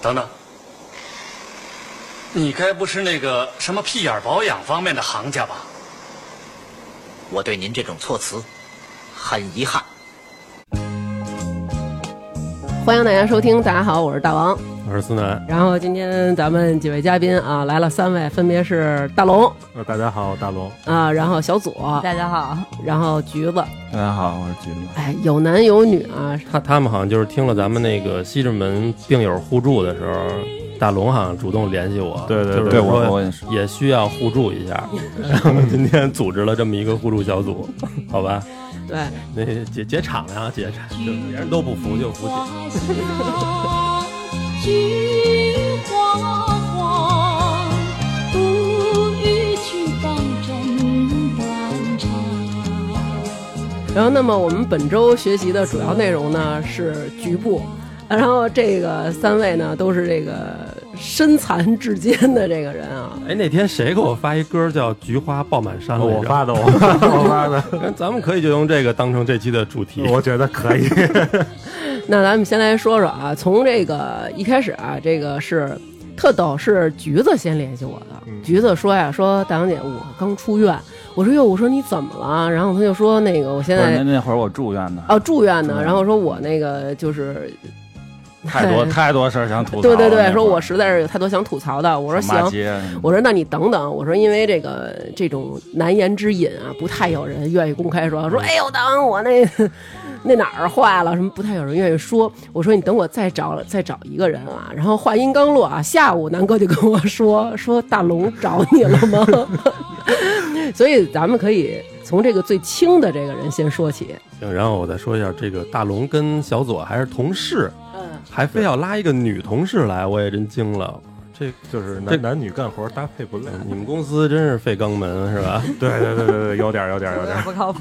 等等，你该不是那个什么屁眼儿保养方面的行家吧？我对您这种措辞很遗憾。欢迎大家收听，大家好，我是大王。我是思南，然后今天咱们几位嘉宾啊来了三位，分别是大龙呃，大家好，大龙，啊，然后小左，大家好，然后橘子。大家好，我是橘子。哎，有男有女啊，他他们好像就是听了咱们那个西直门病友互助的时候，大龙好像主动联系我，对对就是对我说我也是也需要互助一 下，然后今天组织了这么一个互助小组，好吧，对，那结结场呀，结场，就别人都不服就服姐，菊花黄，不与君当枕断肠。然后，那么我们本周学习的主要内容呢是局部，然后这个三位呢都是这个身残志坚的这个人啊，哎，那天谁给我发一歌叫《菊花爆满哦山》来着哦我发的，我我发的，哎咱们可以就用这个当成这期的主题，我觉得可以。那咱们先来说说啊，从这个一开始啊，这个是特逗，是橘子先联系我的。嗯橘子说呀，说大王姐，我刚出院。我说哟，我说你怎么了？然后他就说那个我现不是那在那会儿我住院呢，嗯哦住院呢，然后说我那个就是 太多太多事儿想吐槽对了。对那会对，儿说我实在是有太多想吐槽的。我说骂行，街啊我说那你等等，我说因为这个这种难言之隐啊，不太有人愿意公开说，说嗯哎呦，当我那那哪儿坏了什么，不太有人愿意说。我说你等我再找再找一个人啊。然后话音刚落啊，下午南哥就跟我说 说大龙找你了吗？ 所以咱们可以从这个最轻的这个人先说起。行，然后我再说一下，这个大龙跟小左还是同事，嗯，还非要拉一个女同事来，我也真惊了。这 就是这男男女干活搭配不 累。嗯你们公司真是费肛门是吧？ 对对对对对，有点儿有点儿有点儿。不靠谱。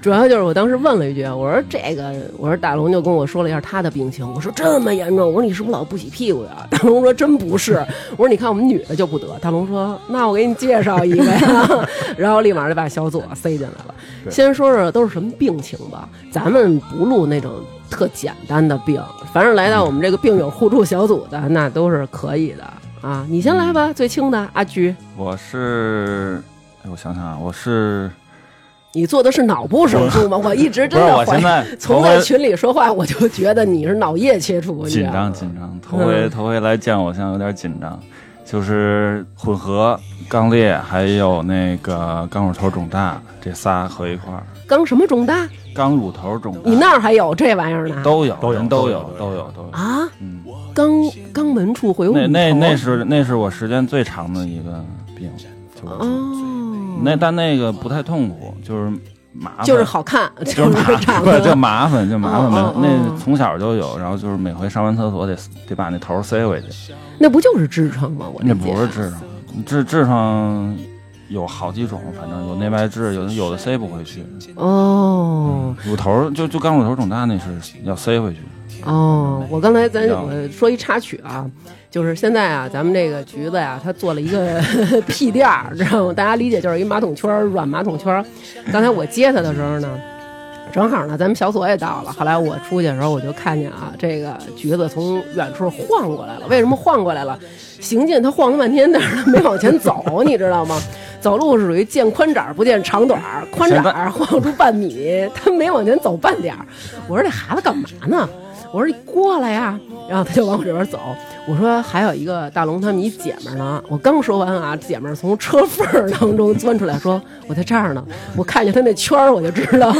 主要就是我当时问了一句，我说这个，我说大龙就跟我说了一下他的病情，我说这么严重，我说你是不是老不洗屁股呀？ 大龙说真不是，我说你看我们女的就不得。大龙说那我给你介绍一个呀， 然后立马就把小左塞进来了。先说说都是什么病情吧，咱们不录那种特简单的病，凡是来到我们这个病友互助小组的，那都是可以的啊。你先来吧，最轻的阿菊，我是，哎，我想想啊，我是你做的是脑部手术吗？我一直不真是的怀我疑现。在从头那回群里说话，我就觉得你是脑液切除，你知啊紧道张吗紧张，头 回头回来见我，现在有点紧张，就是混合肛裂还有那个肛乳头肿大这仨合一块儿，刚什么肿大？肛乳头肿大你那儿还有这玩意儿呢？都有都有人都都有有都有都有，啊，嗯。肛肛门处会有那那乳头啊那是那是我时间最长的一个病，就是哦，那但那个不太痛苦，就是麻烦，就是好看，啊 就是麻是烦，长不是就得麻烦就麻烦哦呗哦。哦那从小就有，然后就是每回上完厕所得得把那头塞回去，那不就是痔疮吗？我理那解不是痔疮，痔痔疮有好几种，反正有内外痔，有的有的塞不回去，哦乳头就就刚乳头肿大那是要塞回去，哦，我刚才咱要我说一插曲啊。就是现在啊，咱们这个橘子呀、它做了一个 屁垫儿，知道吗？大家理解就是一马桶圈儿，软马桶圈儿。刚才我接他的时候呢，正好呢，咱们小左也到了。后来我出去的时候，我就看见啊，这个橘子从远处晃过来了。为什么晃过来了？行进他晃了半天，但是他没往前走，你知道吗？走路是属于见宽窄儿不见长短儿，宽窄儿晃出半米，他没往前走半点儿。我说这孩子干嘛呢？我说你过来呀，然后他就往我这边走。我说还有一个大龙他们一姐们儿呢，我刚说完啊，姐们儿从车缝儿当中钻出来说：“我在这儿呢。”我看见他那圈儿，我就知道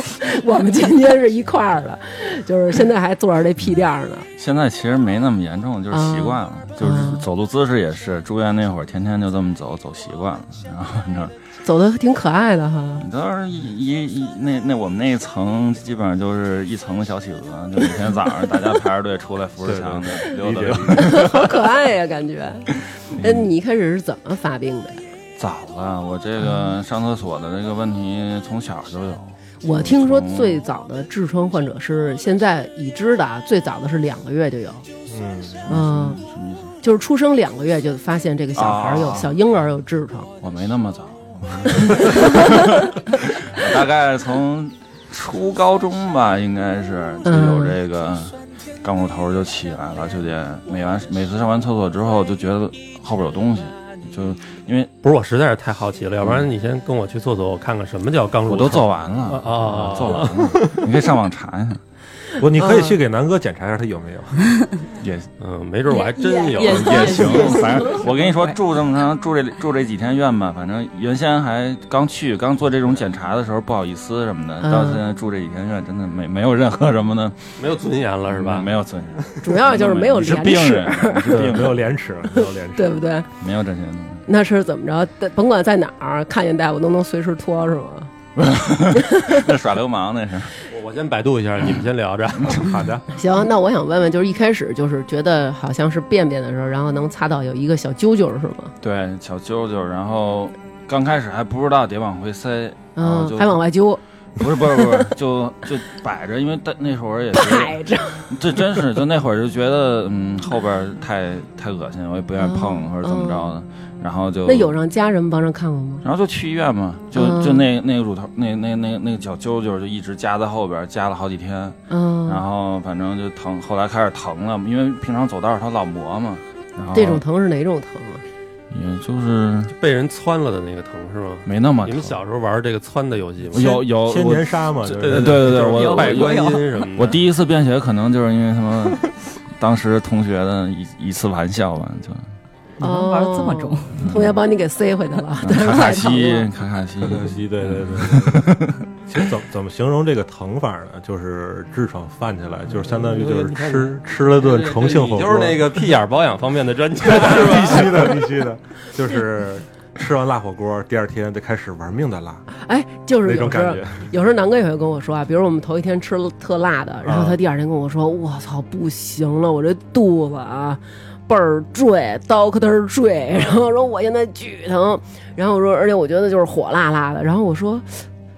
我们今天是一块儿的，就是现在还坐着这屁垫儿呢。现在其实没那么严重，就是习惯了，就是走路姿势也是，住院那会儿天天就这么走，走习惯了。然后反正走的挺可爱的哈， 你当时一一一那那我们那一层基本上就是一层的小企鹅，就每天早上大家排着队出来扶着墙溜达溜达。好可爱呀、感觉。哎，你一开始是怎么发病的呀？早了，我这个上厕所的这个问题从小就有。我听说最早的痔疮患者是现在已知的啊，最早的是两个月就有，嗯，嗯，什么意思？就是出生两个月就发现这个小孩儿有、啊小婴儿有痔疮。我没那么早， 我大概从初高中吧，应该是就有这个肛刚乳头就起来了，就得每完每次上完厕所之后就觉得后边有东西，就因为不是我实在是太好奇了，要不然你先跟我去厕所，我看看什么叫刚入。我都做完了啊哦哦哦做完了，你可以上网查一下，不，你可以去给南哥检查一下他有没 有。也嗯，没准我还真有。也也行，反正 我跟你说，住这么长，住这住这几天院吧，反正原先还刚去，刚做这种检查的时候不好意思什么的，嗯到现在住这几天院，真的没没有任何什么 的，没有尊严了是吧？没有尊严，主要就是没有你是廉病耻，人，啊你是 对，病没人，有廉耻，没有廉耻，对不？对？没有这些东西。那是怎么着？甭管在哪儿，看见大夫都能随时脱是吗？那耍流氓那是，我我先百度一下，你们先聊 着。好的，行，那我想问问，就是一开始就是觉得好像是便便的时候，然后能擦到有一个小揪揪是吗？对小揪揪，然后刚开始还不知道得往回塞，然后嗯，哦就还往外揪，不是不是不是，就就摆着，因为但那会儿也是。 摆着。这真是，就那会儿就觉得，嗯，后边儿太太恶心，我也不愿意碰嗯或者怎么着的，然后就那有让家人帮着看过吗？然后就去医院嘛，就嗯就那那个乳头，那那那那个脚揪揪就一直夹在后边儿，夹了好几天，然嗯，后反正就疼，后来开始疼了，因为平常走道儿它老磨嘛，然后这种疼是哪种疼啊？也就是被人窜了的那个疼是吗？没那么你疼们，小时候玩这个窜的游戏吗？有有千我年杀嘛，就是对对 对对，就是我拜我观音什么的。我第一次便血可能就是因为什么，当时同学的一一次玩笑吧， 就你能玩这么重？哦，同学帮你给塞回去了， 但是卡卡太疼西了。卡卡对西，对对对。 其实怎么怎么形容这个疼法呢？就是痔疮犯起来，就是相当于就是吃吃了顿重庆火锅，你就是那个屁眼保养方面的专家。 必须的必须的，就是吃完辣火锅，第二天就开始玩命的辣哎，就是那有种时候感觉。有时候南哥也会跟我说啊，比如我们头一天吃了特辣的，然后他啊第二天跟我说：“我操，不行了，我这肚子啊倍儿坠，刀可嘚儿坠。”然后说我现在巨疼，然后我说，而且我觉得就是火辣辣的。然后我说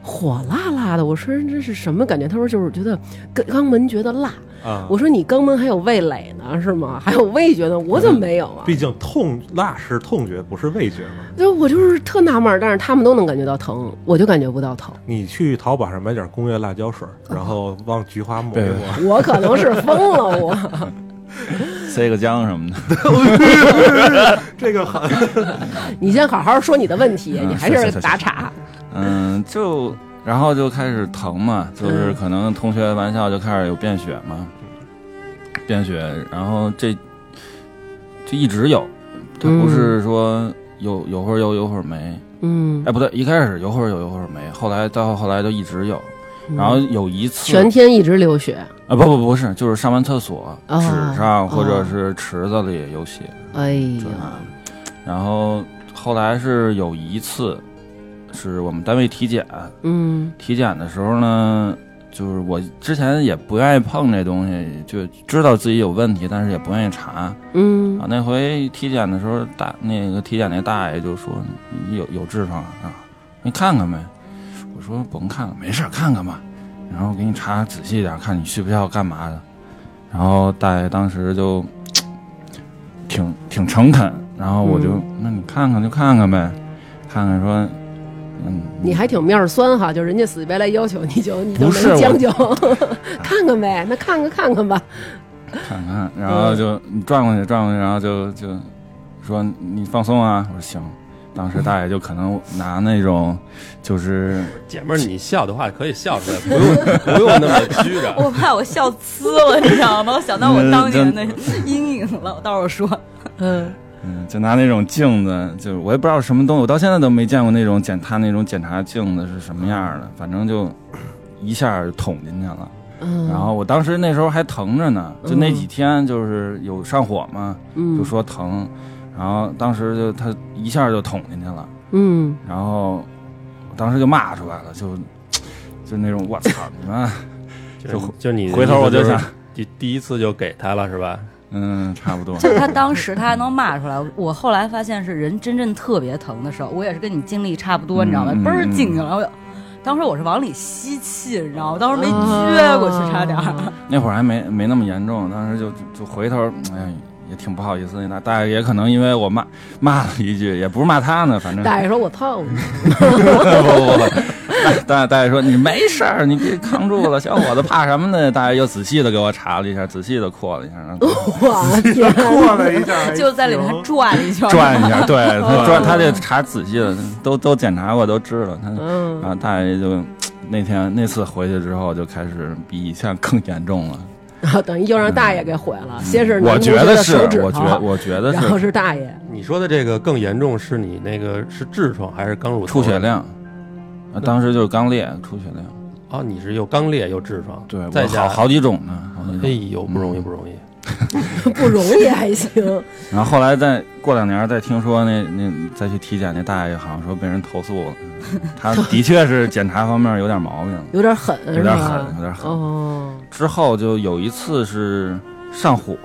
火辣辣的，我说这是什么感觉？他说就是觉得跟肛门觉得辣。啊。我说你肛门还有味蕾呢是吗？还有味觉呢？我怎么没有啊？毕竟痛辣是痛觉，不是味觉嘛。就我就是特纳闷儿，但是他们都能感觉到疼，我就感觉不到疼。你去淘宝上买点工业辣椒水，然后往菊花抹一对抹，我可能是疯了， 我。塞个姜什么的，这个很你先好好说你的问题，嗯你还是是是是打岔。嗯，就然后就开始疼嘛，嗯就是可能同学玩笑就开始有便血嘛，便血，然后这就一直有，它嗯不是说有有会儿有有会儿没，嗯，哎不对，一开始有会儿有有会儿没，后来到后来就一直有，然后有一次嗯全天一直流血，啊不不不是，就是上完厕所哦纸上或哦者是池子里有血，哎这那呀，然后后来是有一次是我们单位体检。嗯体检的时候呢，就是我之前也不愿意碰这东西，就知道自己有问题，但是也不愿意查啊。嗯，那回体检的时候，大那个体检那大爷就说你有有痔疮啊，你看看呗。我说甭看了，没事儿看看吧。然后给你查仔细一点，看你需不需要干嘛的。然后大爷当时就嗯挺挺诚恳，然后我就、那你看看就看看呗，看看说，嗯，你还挺面儿酸哈，就人家死乞白赖要求你就你就不是能我将就， 看看呗，那看看看看吧。看看，嗯然后就你转过去转过去，然后就就说你放松啊。我说行。当时大爷就可能拿那种，就是姐们儿，你笑的话可以笑 出来，不用不用那么虚着。我怕我笑呲了，你知道吗？我想到我当年的阴影了。我到时候说，嗯，嗯，就拿那种镜子，就是我也不知道什么东西，我到现在都没见过那种检他那种检查镜子是什么样的，反正就一下就捅进去了。嗯然后我当时那时候还疼着呢，就那几天就是有上火嘛，就嗯说疼，然后当时就他一下就捅进去了。嗯，然后我当时就骂出来了，就就那种我操你妈，就就你回头我就想，第第一次就给他了是吧？嗯，差不多。就他当时他还能骂出来。我后来发现是人真正特别疼的时候，我也是跟你经历差不多，你知道吗嗯？嗯嘣儿进去了，我就当时我是往里吸气，你知道吗？我当时没啊撅过去，差点儿。那会儿还没没那么严重，当时就就回头，哎，也挺不好意思的。那大爷也可能因为我骂骂了一句，也不是骂他呢，反正 大爷说：“我操，不不不，大大爷说你没事儿，你别扛住了，小伙子怕什么呢？大爷又仔细的给我查了一下，仔细的扩了一下，然后我天，过了一哎下，就在里面转一 圈，转一下，对嗯他转，他得查仔细了，都都检查过，都知道他。嗯，啊，大爷就那天那次回去之后，就开始比以前更严重了。然后等于又让大爷给毁了，先是我男同觉学得的是手指，头我觉我觉得然后是是大爷，你说的这个更严重，是你那个是痔疮还是刚乳头出血量，啊当时就是刚裂出血量，啊？你是又刚裂又痔疮，对再我加好嗯好几种呢，好几哎种。呦，不容易不容易。不容易还行。然后后来再过两年再听说那那再去体检，那大爷好像说被人投 诉了，他的确是检查方面有点毛病。有点狠，有点是吧狠有点狠哦，之后就有一次是上火，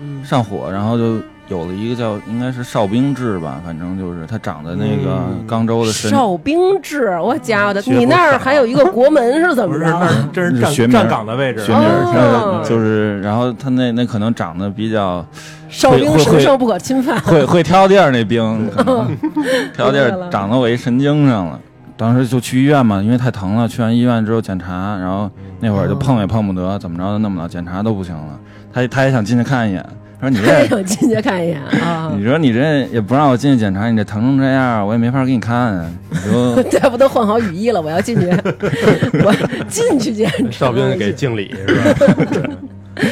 嗯，上火，然后就有了一个叫应该是哨兵痣吧，反正就是它长在那个嗯肛周的深哨兵制，我家伙的，学不你那儿还有一个国门是怎不么是着？那儿真是学站名站岗的位置，啊学名儿，哦它就是，然后它那那可能长得比较哨兵神圣不可侵犯。会 会挑地儿，那兵 可能挑地明白了儿长到我一神经上了。当时就去医院嘛，因为太疼了。去完医院之后检查，然后那会儿就哦碰也碰不得，怎么着弄不了，检查都不行了。他他也想进去看一眼，他说你还 这想进去看一眼啊？ 你说你这也不让我进去检查，你这疼成这样，我也没法给你 看啊。你说这不都换好雨衣了？我要进去，我进去见。哨兵给敬礼 是吧？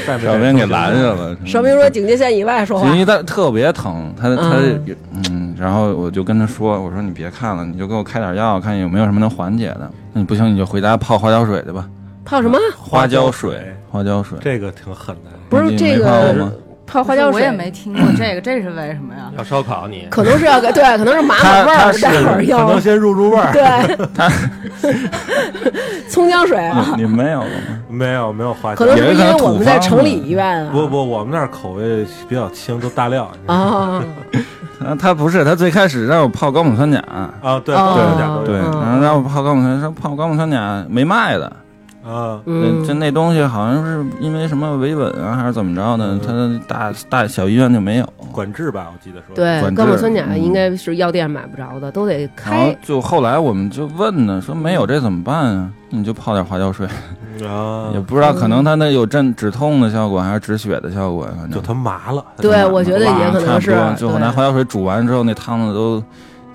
站小编给拦下了。哨兵说警戒线以外说话因，为他特别疼，他他嗯嗯，然后我就跟他说，我说你别看了，你就给我开点药，看有没有什么能缓解的。那你不行你就回家泡花椒水去吧，泡什么？花花椒椒水水，花椒水。这个挺狠的，不是你这没泡过吗个？泡花椒水，我也没听过这个， 这是为什么呀？要烧烤你，可能是要给对，可能是麻他麻味他儿，是待会儿可要能先入入味儿。对。 葱姜水，啊你你们没有过 吗？没有没有花椒可，能也是有因可能为我们在土方城里嘛医院啊。不不，我们那儿口味比较轻，都大料 啊，他他不是，他最开始让我泡高锰酸钾，啊，对哦对对对，嗯然后让我泡高锰酸，说泡高锰酸钾没卖的，啊，嗯就，那东西好像是因为什么维稳啊，还是怎么着呢？他大大小医院就没有。管制吧，我记得说对，管高制锰酸钾嗯应该是药店买不着的，都得然后开。就后来我们就问呢，说没有这怎么办啊？你就泡点花椒水，啊也，不知道可能它那有镇止痛的效果，还是止血的效果，反就正他麻了，嗯对，我觉得也可能是差不多。。最后对拿花椒水煮完之后，那汤子都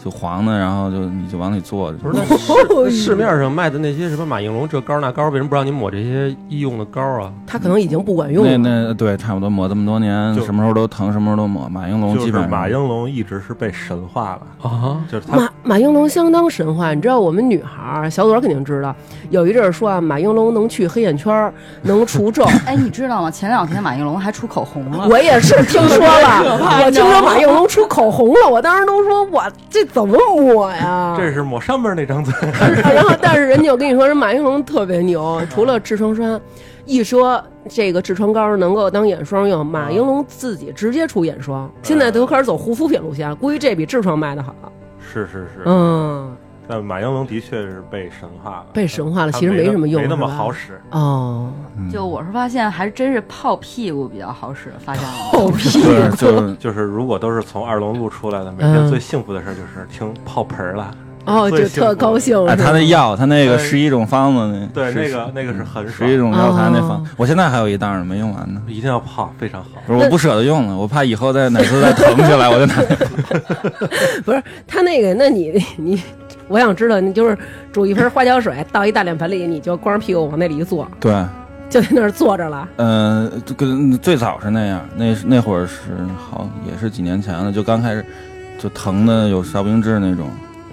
就黄的，然后就你就往里做。不是那市那市面上卖的那些什么马应龙这膏那膏，为什么不让你抹这些医用的膏啊？他可能已经不管用那了。那对，差不多抹这么多年，就什么时候都疼，什么时候都抹。马应龙就基是本上马应龙一直是被神化了，哦啊，就是 他马马应龙相当神话，你知道我们女孩儿小朵肯定知道，有一阵儿说啊，马应龙能去黑眼圈儿，能除 皱。哎，你知道吗？前两天马应龙还出口红了，我也是听说了，我你知听道吗说马应龙出口红了，我当时都说我这怎么抹呀？这是抹上面那 张嘴，然后，但是人家我跟你说，人马应龙特别牛，除了痔疮栓，一说这个痔疮膏能够当眼霜用，马应龙自己直接出眼霜，现在都开始走护肤品路线了，估计这比痔疮卖的好。是是是，嗯，但马应龙的确是被神化了，被神化了，他其实没什么用，没那么是吧好。使。 哦，嗯就我是发现还真是泡屁股比较好使，发 现了。狗屁！对， 就就是如果都是从二龙路出来的，每天嗯最幸福的事儿就是听泡盆儿了。哦，就最幸福特的高兴。哎，是他吧那药，他那个十一种方子呢，对，是那个那个是很爽十一，种药材那方哦，我现在还有一袋呢，没用完呢。一定要泡，非 常好。不是，我不舍得用了，我怕以后再哪次再疼起来，我就拿。不是他那个，那你你，我想知道，你就是煮一盆花椒水，倒一大脸盆里，你就光着屁股往那里一坐，对，就在那儿坐着了。呃，这个最早是那样，那那会儿是好也是几年前了，就刚开始就疼的有哨兵痣那种，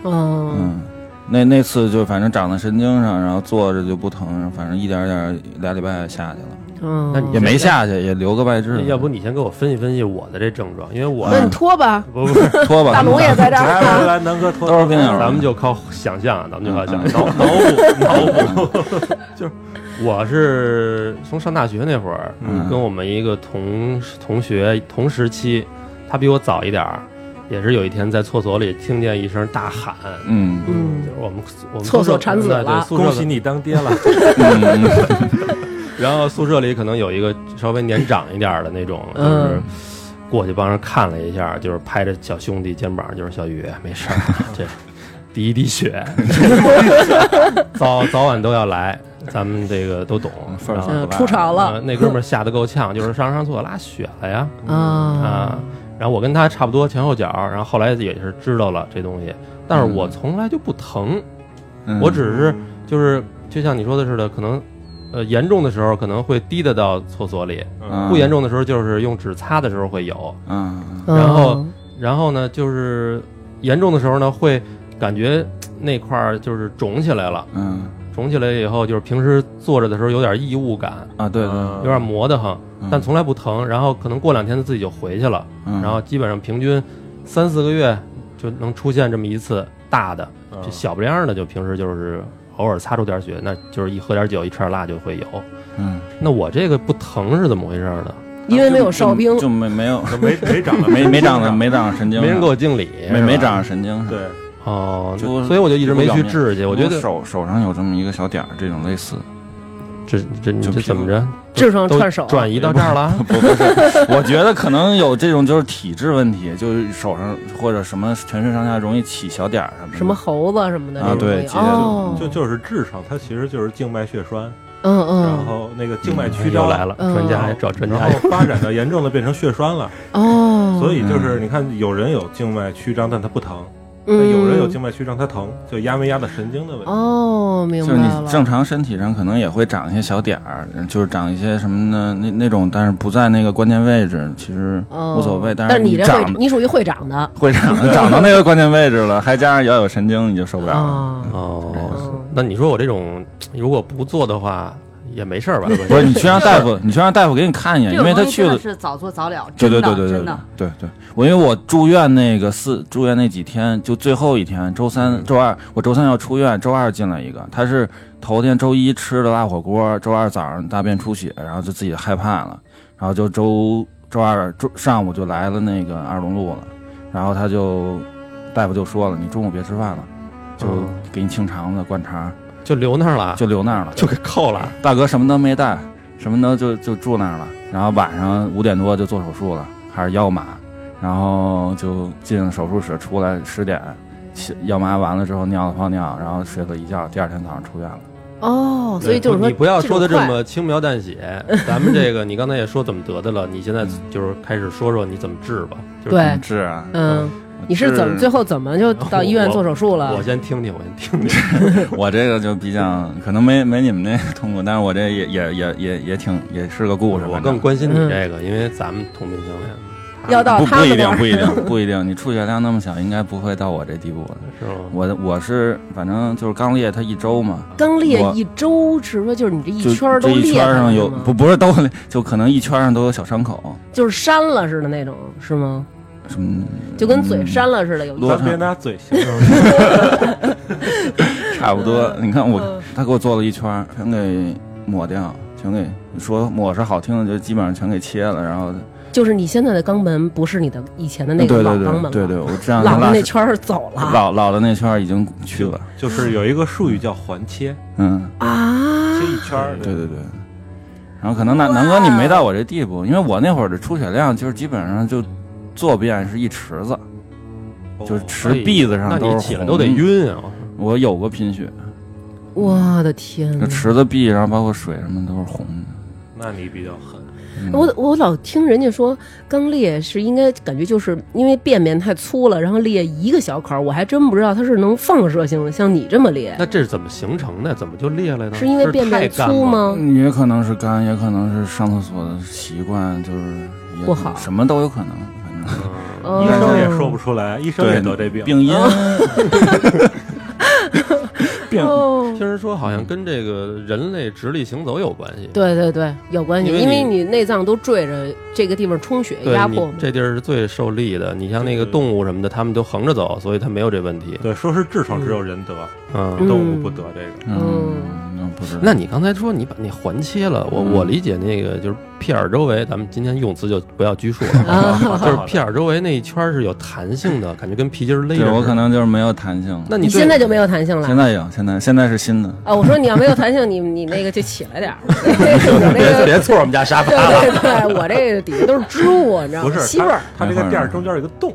嗯，嗯，那那次就反正长在神经上，然后坐着就不疼，反正一点点俩礼拜下去了，嗯那你也没下去，也留个外痔。要不你先给我分析分析我的这症状，因为我那你脱吧， 不不不，拖吧，大龙也在这来儿啊来呢。来，南哥脱都是病友，咱们就靠想象啊，咱们就靠想嗯象。脑补脑补，我是从上大学那会儿，嗯跟我们一个同同学同时期，他比我早一点儿，也是有一天在厕所里听见一声大喊，嗯嗯就，是我们我们厕所宿舍产子对对了宿舍恭喜你当爹 了。嗯然后宿舍里可能有一个稍微年长一点儿的那种，就是嗯 过去帮人看了一下，就是拍着小兄弟肩膀，就是小雨没事儿，这第一滴血，早早晚都要来，咱们这个都懂。份儿然后上嗯，出潮呃了那哥们儿吓得够呛，就是上上厕所拉血了呀啊啊！！然后我跟他差不多前后脚，然后后来也是知道了这东西，但是我从来就不疼，嗯我只是就是就像你说的似的，可能呃严重的时候可能会滴得到厕所里，嗯不严重的时候就是用纸擦的时候会有，嗯嗯嗯然后然后呢就是严重的时候呢会感觉嘖那块儿就是肿起来了，嗯肿起来以后就是平时坐着的时候有点异物感，啊，对对，嗯有点磨得很，嗯呃但从来不疼，然后可能过两天自己就回去了，嗯然后基本上平均三四个月就能出现这么一次大的。嗯嗯这小不亮的就平时就是偶尔擦出点血，那就是一喝点酒一吃点辣就会有。嗯，那我这个不疼是怎么回事呢？因为没有哨兵就，就没没有就没没 长了，没没长的没长神经，啊没人给我敬礼，没没是吧长神经，对，哦，就那所以我就一直没就不去要命治去。我觉得手手上有这么一个小点儿，这种类似，这这你就这皮怎么着？痔疮都串手，啊转移到这儿 了？不不是，我觉得可能有这种就是体质问题，就是手上或者什么全身上下容易起小点儿啊什么的什么猴子什么的啊这种对东西记得哦，就就是痔疮，它其实就是静脉血栓，嗯然嗯后那个静脉曲又张来了，嗯专家找专然家后。发展到严重的变成血栓了，哦，所以就是你看，有人有静脉曲张，但他不疼；但嗯有人有静脉曲张，他疼，就压没压到神经的问题。哦，明就白是了，你正常身体上可能也会长一些小点儿，就是长一些什么呢？那那种，但是不在那个关键位置，其实哦无所谓。但是你这会长，你属于会长的会长 长到那个关键位置了，还加上要有神经，你就受不了了。啊，哦嗯，那你说我这种如果不做的话也没事儿吧？不是你去让大 夫，你去让大夫给你看一眼，这因种为他东西去真了的，是早做早了，对真对对的对对真对的。对对，我因为我住院那个四住院那几天，就最后一天，周嗯三、周二，我周三要出院，周二进来一个，他是头天周一吃的辣火锅，周二早上大便出血，然后就自己害怕了，然后就周周二周上午就来了那个二龙路了，然后他就大夫就说了，你中午别吃饭了，就嗯给你清肠子灌肠，就留那儿了，就留那儿了。就给扣了。大哥什么都没带，什么都就就住那儿了。然后晚上五点多就做手术了，还是腰麻，然后就进手术室，出来十点，起腰麻完了之后尿了泡尿，然后睡了一觉，第二天早上出 院了。哦，所以就是说你不要说的这这种快么轻描 淡写。咱们这个，你刚才也说怎么得的了，你现在就是开始说说你怎么治吧。就是对，治啊，嗯，你是怎么最后怎么就到医院做手术了我？先听听，我先听听。我这个就比较可能没没你们那痛苦，但是我这也也也也也挺也是个故事吧。 我更关心你嗯这个，因为咱们同病相怜，要到不他不一们那定儿不一定 不一定，你出血量那么小，应该不会到我这地步的。是吗？我我是反正就是刚裂，它一周嘛，刚裂我一周，是说就是你这就一圈儿都这一裂圈开儿上了有吗不不是都就可能一圈儿上都有小伤口，就是扇了似的那种，是吗？什么嗯就跟嘴扇了似的，有一嗯咱别拿嘴 形容，差不多。嗯你看嗯我他给我做了一圈儿，全给抹掉，全给说抹是好听的，就基本上全给切了，然后就是你现在的肛门不是你的以前的那对个对老肛门对了，对对，我这样老的拉那圈儿啊走了老老的那圈儿已经去了，就是有一个术语叫环切，嗯，啊切！一圈儿。对对对。然后可能南南哥你没到我这地步，因为我那会儿的出血量就是基本上就坐便是一池子，哦就是池壁子那上都你是起来红都得的。晕啊！我有过贫血，我的天这哪！池子壁，然后包括水什么都是红的。那你比较狠，嗯我我老听人家说肛裂是应该感觉就是因为便便太粗了，然后裂一个小口儿，我还真不知道它是能放射性的，像你这么裂那这是怎么形成的？怎么就裂了呢？是因为便太便干粗吗？吗？嗯也可能是肝，也可能是上厕所的习惯，就是也不好什么都有可能，反正哦医生也嗯说不出来，医生也得这病。病因。病哦听人说好像跟这个人类直立行走有关系。对对对，有关系，因为因为你你内脏都坠着这个地方充血对压你迫嘛。这地儿是最受力的。你像那个对对对动物什么的，它们都横着走，所以它没有这问题。对，说是痔疮只有人得，嗯，嗯动物不得这个。嗯嗯，那不知道。那你刚才说你把那环切了，我、嗯我理解那个就是屁眼儿周围，咱们今天用词就不要拘束 了，啊，就是屁眼儿周围那一圈儿是有弹性的，感觉跟皮筋儿勒着似对的。我可能就是没有弹性。那你你对现在就没有弹性了现。在有，现在现在是新的。啊，我说你要没有弹性，你你那个就起来 点儿，我那别个别错我们家沙发对了。对对，我这个底下 都是织物，你知道吗？不是吸味儿。，它它这个垫儿中间有一个洞，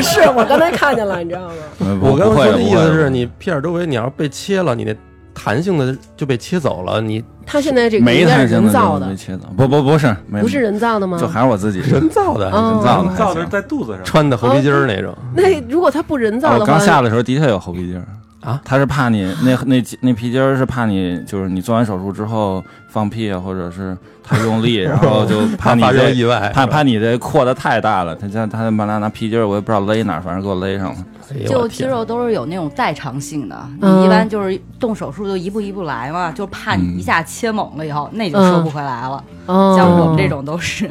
是我刚才看见了，你知道吗？我我刚不才会说的的，不意会思的是你屁眼儿周围你要是被切了，你那弹性的就被切走了，你它现在这个没应该弹是性人的造就的没，切的，不不不是，没不是，人造的吗？就还是我自己人造的，哦人造啊的还行，造的是在肚子上。穿的猴皮筋儿那种。那如果它不人造啊我的话，刚下的时候的确有猴皮筋儿啊，他是怕你那那那皮筋儿是怕你就是你做完手术之后放屁啊，或者是太用力，然后 就怕你发生这意外，哎怕怕你这扩的太大了，他家他把拿拿皮筋儿，我也不知道勒哪儿，反正给我勒上了。哎呦就我肌天肉都是有那种代偿性的，嗯你一般就是动手术就一步一步来嘛，就怕嗯你一下切猛了以后，那就收不回来了。哦，像我们这种都是，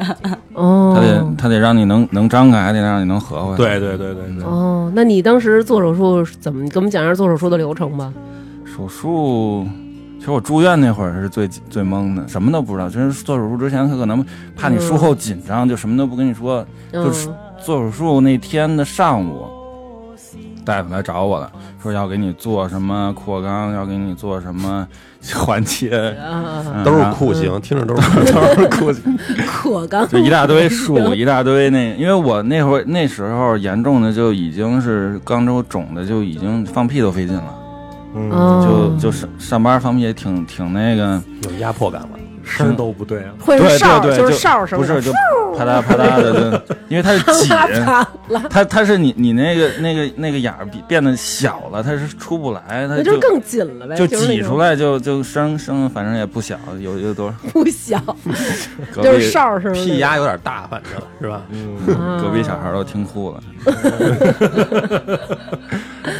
哦，他得他得让你能能张开，还得让你能合回来。对对对对对，哦，那你当时做手术是怎么？给我们讲一下做手术的流程吧。嗯手术，其实我住院那会儿是最最懵的，什么都不知道。就是做手术之前，他可能怕你术后紧张，就什么都不跟你说。嗯、就是做手术那天的上午，大夫来找我了，说要给你做什么扩肛，要给你做什么环切，啊，嗯都是然后酷刑，听着都是酷刑。都是裤子， 扩肛就一大堆术，一大堆那，因为我那会儿那时候严重的就已经是肛周肿的，就已经放屁都费劲了，嗯，哦就就上上班放屁也挺挺那个。有压迫感了，声儿都不对啊。会对是对哨，对是哨声，不是就啪嗒啪嗒的，就因为它是挤，它它是你你那个那个那个眼儿比变得小了，它是出不来，它那就是更紧了呗，就哎就是那挤种出来就就声声反正也不小，有有多少不小，隔就是壁哨声。屁压有点大，反正是 吧？嗯，啊隔壁小孩儿都听哭了，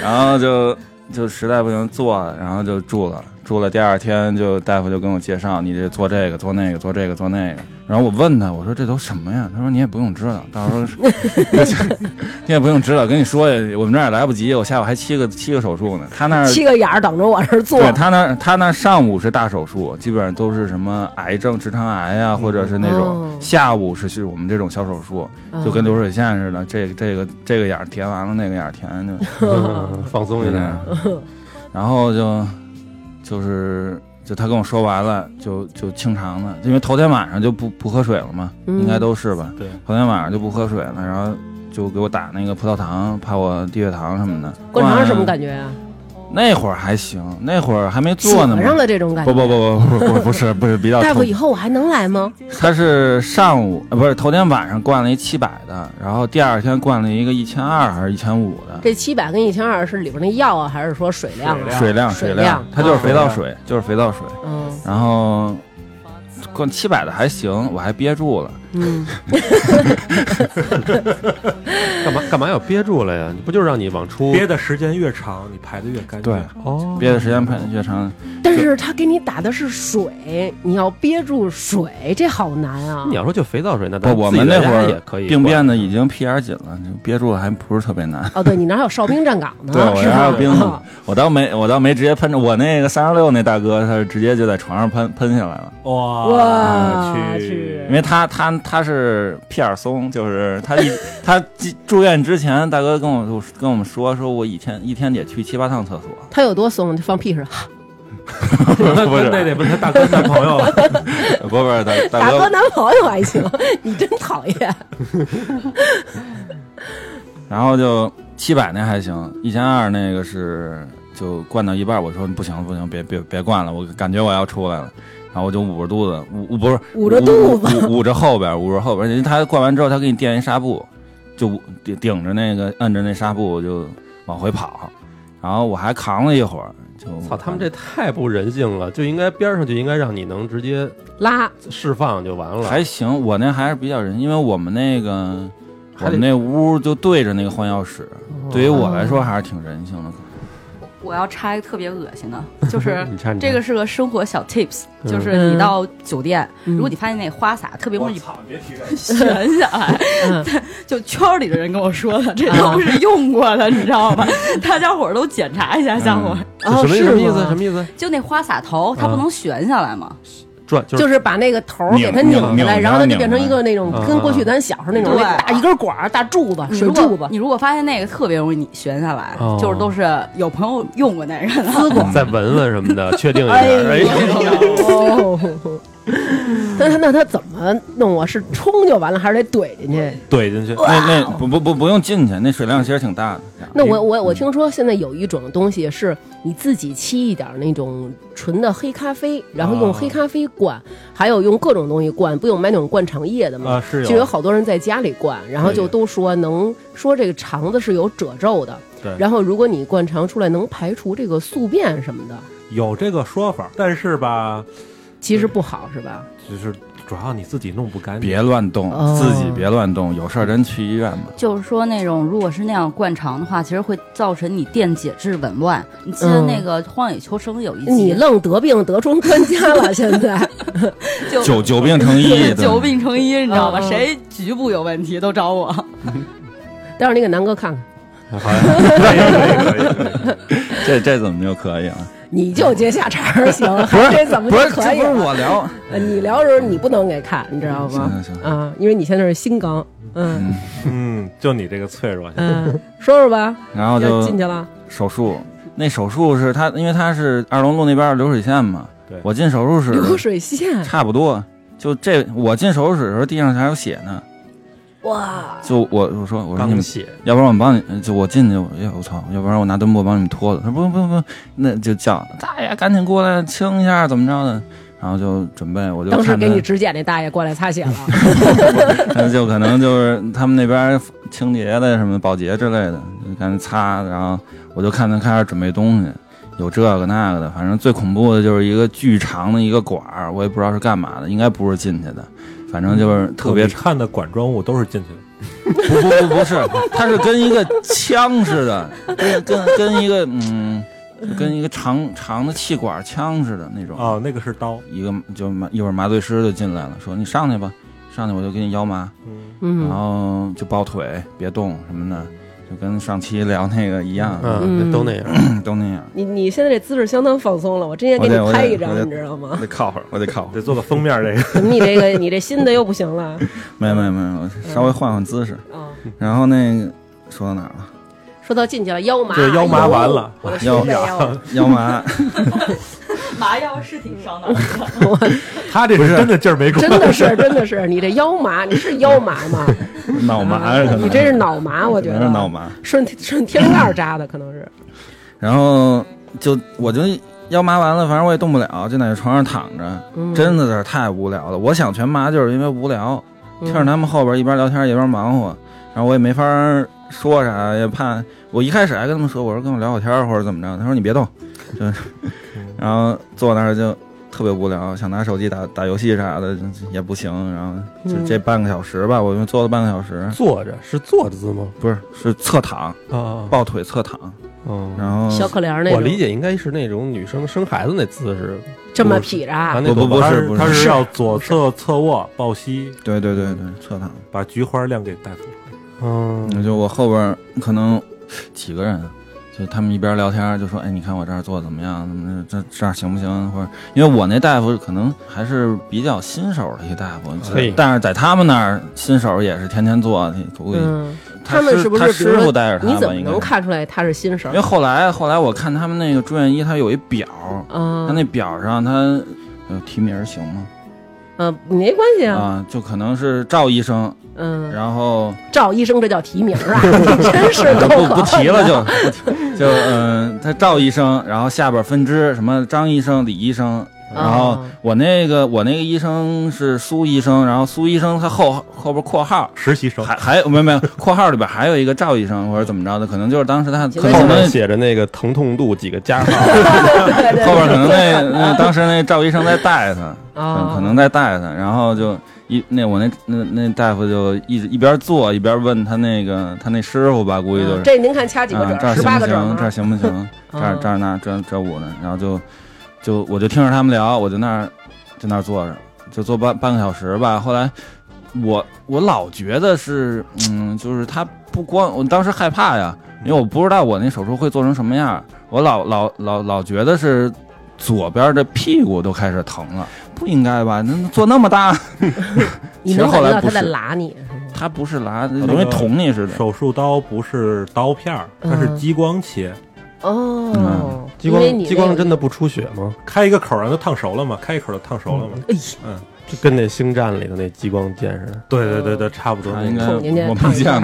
然后就就实在不行做，然后就住了。住了第二天就大夫就跟我介绍，你这做这个做那个做这个做那个。然后我问他，我说这都什么呀？他说你也不用知道，到时候 你也不用知道，跟你说我们这儿也来不及，我下午还七个七个手术呢。他那儿七个眼儿等着我这儿啊做对他那他那上午是大手术，基本上都是什么癌症、直肠癌呀、或者是那种、哦嗯下午是是我们这种小手术，就跟流水线似的，这个这个这个眼儿填完了，那个眼儿填就嗯放松就一这下样， 然后就就是就他跟我说完了，就就清肠了，因为头天晚上就不不喝水了嘛，嗯应该都是吧？对，头天晚上就不喝水了，然后就给我打那个葡萄糖，怕我低血糖什么的。灌肠是什么觉？感觉啊？那会儿还行，那会儿还没挤做呢嘛。上了这种感不觉。不不不不不不是不是比较大夫，痛以，后我还能来吗？他是上午呃不是头天晚上灌了一七百的，然后第二天灌了一个一千二还是一千五的这七百跟一千二是里边那药啊，还是说水量啊？水量水量量，它就是肥啊皂哦水，就是肥皂水，嗯然后灌七百的还行，我还憋住了，嗯，干嘛干嘛要憋住了呀？你不就让你往出憋的时间越长，你排的越干净。对哦？憋的时间越长，但是他给你打的是水，你要憋住水，这好难啊你！要说就肥皂水，那不咱我自己们那在会家也可儿以病灌啊变的已经屁眼儿紧了，就憋住了还不是特别难。哦，对你那儿还有哨兵站岗呢，对，我是这吧还有冰啊呢，我倒没，我倒没直接喷着。我那个三十六那大哥，他是直接就在床上喷喷下来了。哇哦哇去 因为他他他是屁眼松，就是他一他进住院之前，大哥跟我跟我们说，说我以前一天得去七八趟厕所，他有多怂，就放屁似的。那不是那得问他大哥男朋友 了。 不不是大大大哥哥，男朋友还行， 你真讨厌。然后就七百那还行，一千二那个是就灌到一半，我说不行不行，别别别灌了，我感觉我要出来了。然后我就捂着肚子，捂不是捂着肚子捂捂捂着后边，捂着后边。人家他灌完之后，他给你垫一纱布，就捂顶顶着那个，摁着那纱布就往回跑。然后我还扛了一会儿，就操，他嗯们这太不人性了，就应该边上就应该让你能直接拉，释放就完了。还行，我那还是比较人，因为我们那个我还得哦们那屋就对着那个换药室，对于我来说还是挺人性的。我要插一个特别恶 心的，就是你看你看这个是个生活小 tips，嗯就是你到酒店，嗯如果你发现那花洒特别容易操，别提 这悬下来，嗯 就圈儿里的人跟我说的，这都是用过啊的，你知道吗？ 大家伙儿都检查一下，下回嗯哦，什么是什么意思？吗什么意思？就那花洒头，它不能悬下来吗？嗯转就就是是把那个头儿给它拧拧下来，拧然后它就拧变成一个那种嗯跟嗯过去嗯咱小时候那种对嗯那大一根管儿、大柱子、你水如柱子果，你如果发现那个特别容易你悬下来，哦就是都是有朋友用过那个的。再闻闻什么的，确定一下。哎哎呦， 那他那他怎么弄啊？是冲就完了，还是得怼进去？怼进去，那那不不不不用进去，那水量其实挺大的。那我我我听说现在有一种东西是你自己沏一点那种纯的黑咖啡，然后用啊黑咖啡灌，还有用各种东西灌，不有买那种灌肠液的吗？啊，是就有有好多人在家里灌，然后就都说能说这个肠子是有褶皱的，对然后如果你灌肠出来能排除这个宿便什么的，有这个说法，但是吧，其实不好是吧？就是主要你自己弄不干净。别乱动哦，自己别乱动，有事儿咱去医院吧。就是说，那种如果是那样灌肠的话，其实会造成你电解质紊乱。你记得嗯那个《荒野求生》有一嗯嗯你集，愣得病得出专家了，现 在就，久久病 成医久病成医，你知道吧？嗯谁局部有问题都找我。待会儿你给南哥看看，好 呀，可以可以可以。这这怎么就可以了？你就接下茬儿行， 还这怎么就可以这不是了？我聊，呃你聊的时候你不能给看，你知道吗嗯行行？行啊，因为你现在是新刚，嗯嗯，就你这个脆弱， 嗯，说说吧，然后要就嗯进去了，手术。那手术是他，因为他是二龙路那边流水线嘛对。我进手术室流水线，差不多，就这我进手术室的时候地上还有血呢。哇，就我我说我说你刚们写要不然我帮你，就我进去，我哎呦我操，要不然我拿墩布帮你们拖了。他说不用不用不用，那就叫大爷赶紧过来清一下，怎么着的？然后就准备，我就当时看给着你指甲那大爷过来擦 血了，他就可能就是他们那边清洁的什么保洁之类的，就赶紧擦。然后我就看他开始准备东西，有这个那个的，反正最恐怖的就是一个巨长的一个管儿，我也不知道是干嘛的，应该不是进去的，反正就是特别你长。看的管状物都是进去的，不不不不是， 它是跟一个枪似的，跟跟跟一个嗯，就跟一个长长的气管枪似的那种。哦，那个是刀。一个就麻一会儿麻醉师就进来了，说你上去吧，上去我就给你腰麻。嗯，嗯然后就抱腿别动什么的，就跟上期聊那个一样，嗯，都那样。都那样。你你现在这姿势相当放松了，我之前给我得你我拍得一张我，得你知道我吗？ 得靠会儿，我得靠会得儿。做个封面这个。怎么你这个你这新的又不行了 没有没有没有，我嗯稍微换换姿势。啊？然后那个说到哪儿了？说到进去了，腰麻， 就是腰麻完了哎呦我的腰手背了，腰麻，麻药是挺伤脑的。他这是真的劲儿没过，真的是真的是，你这腰麻，你是腰麻吗？ 啊脑麻是可能。你这是脑麻，我觉可能得啊是脑麻。顺顺天灵盖儿扎的可能 是，然后就我就腰麻完了，反正我也动不了，就在床上躺着，嗯真的是太无聊了。我想全麻就是因为无聊，嗯听着他们后边一边聊天一边忙活，然后我也没法说啥，也怕我一开始还跟他们说，我说跟我聊会儿天儿或者怎么着，他说你别动，就是，然后坐那儿就特别无聊，想拿手机打打游戏啥的也不行，然后就嗯这半个小时吧，我就坐了半个小时，坐着是坐着姿吗？不是是侧躺，啊，抱腿侧躺，嗯，然后小可怜儿那我种，理解应该是那种女生生孩子那姿势，这么劈着啊她，那不种不不他是是不是他是要左侧侧卧抱膝，对对对对侧躺。把菊花亮给大夫。那嗯，就我后边儿可能几个人，就他们一边聊天就说：“哎，你看我这儿做得怎么样？怎么这这儿行不行？”或者因为我那大夫可能还是比较新手的一大夫，嘿但是在他们那儿新手也是天天做，你估计嗯，他他们师是不是他比如师傅说带着你他怎吧？么应该能是。看出来他是新手因为？后来后来我看他们那个住院医，他有一表，他啊，那表上他。呃，提名儿行吗？嗯，没关系啊，啊，就可能是赵医生，嗯，然后赵医生这叫提名儿啊， 你真 是够可不不提 了就不提就嗯、呃他赵医生，然后下边分支什么张医生、李医生、然哦后我那个我那个医生是苏医生，然后苏医生他后后边括号实习生还还有没有没有括号里边还有一个赵医生或者怎么着的，可能就是当时他可后能面那写着那个疼痛度几个加号，对对后边可能那那 当时那赵医生在带他，啊可可能在带他，然后就一那我那那那大夫就一直一边做一边问他那个他那师傅吧，估计就是嗯、这您看掐几个啊这褶？儿十行八不个行？这儿褶行不行？这儿嗯这儿那这这五呢？然后就就我就听着他们聊，我就那儿就那儿坐着，就坐半半个小时吧。后来我我老觉得是嗯，就是他不光我当时害怕呀，因为我不知道我那手术会做成什么样儿，我老老老老觉得是。左边的屁股都开始疼了，不应该吧？那那做那么大，你能感觉其实后来到不他在是拉你，他不是拉，那因个为捅你似的。手术刀不是刀片儿，它嗯是激光切，嗯哦，激因为光你激那光个真的不出血吗？开一个口儿让它烫熟了嘛，开一口儿就烫熟了嘛。哎呀就跟那星战里头那激光剑似的。对对对对，差不多他那应个。该嗯捅进去我烫没一下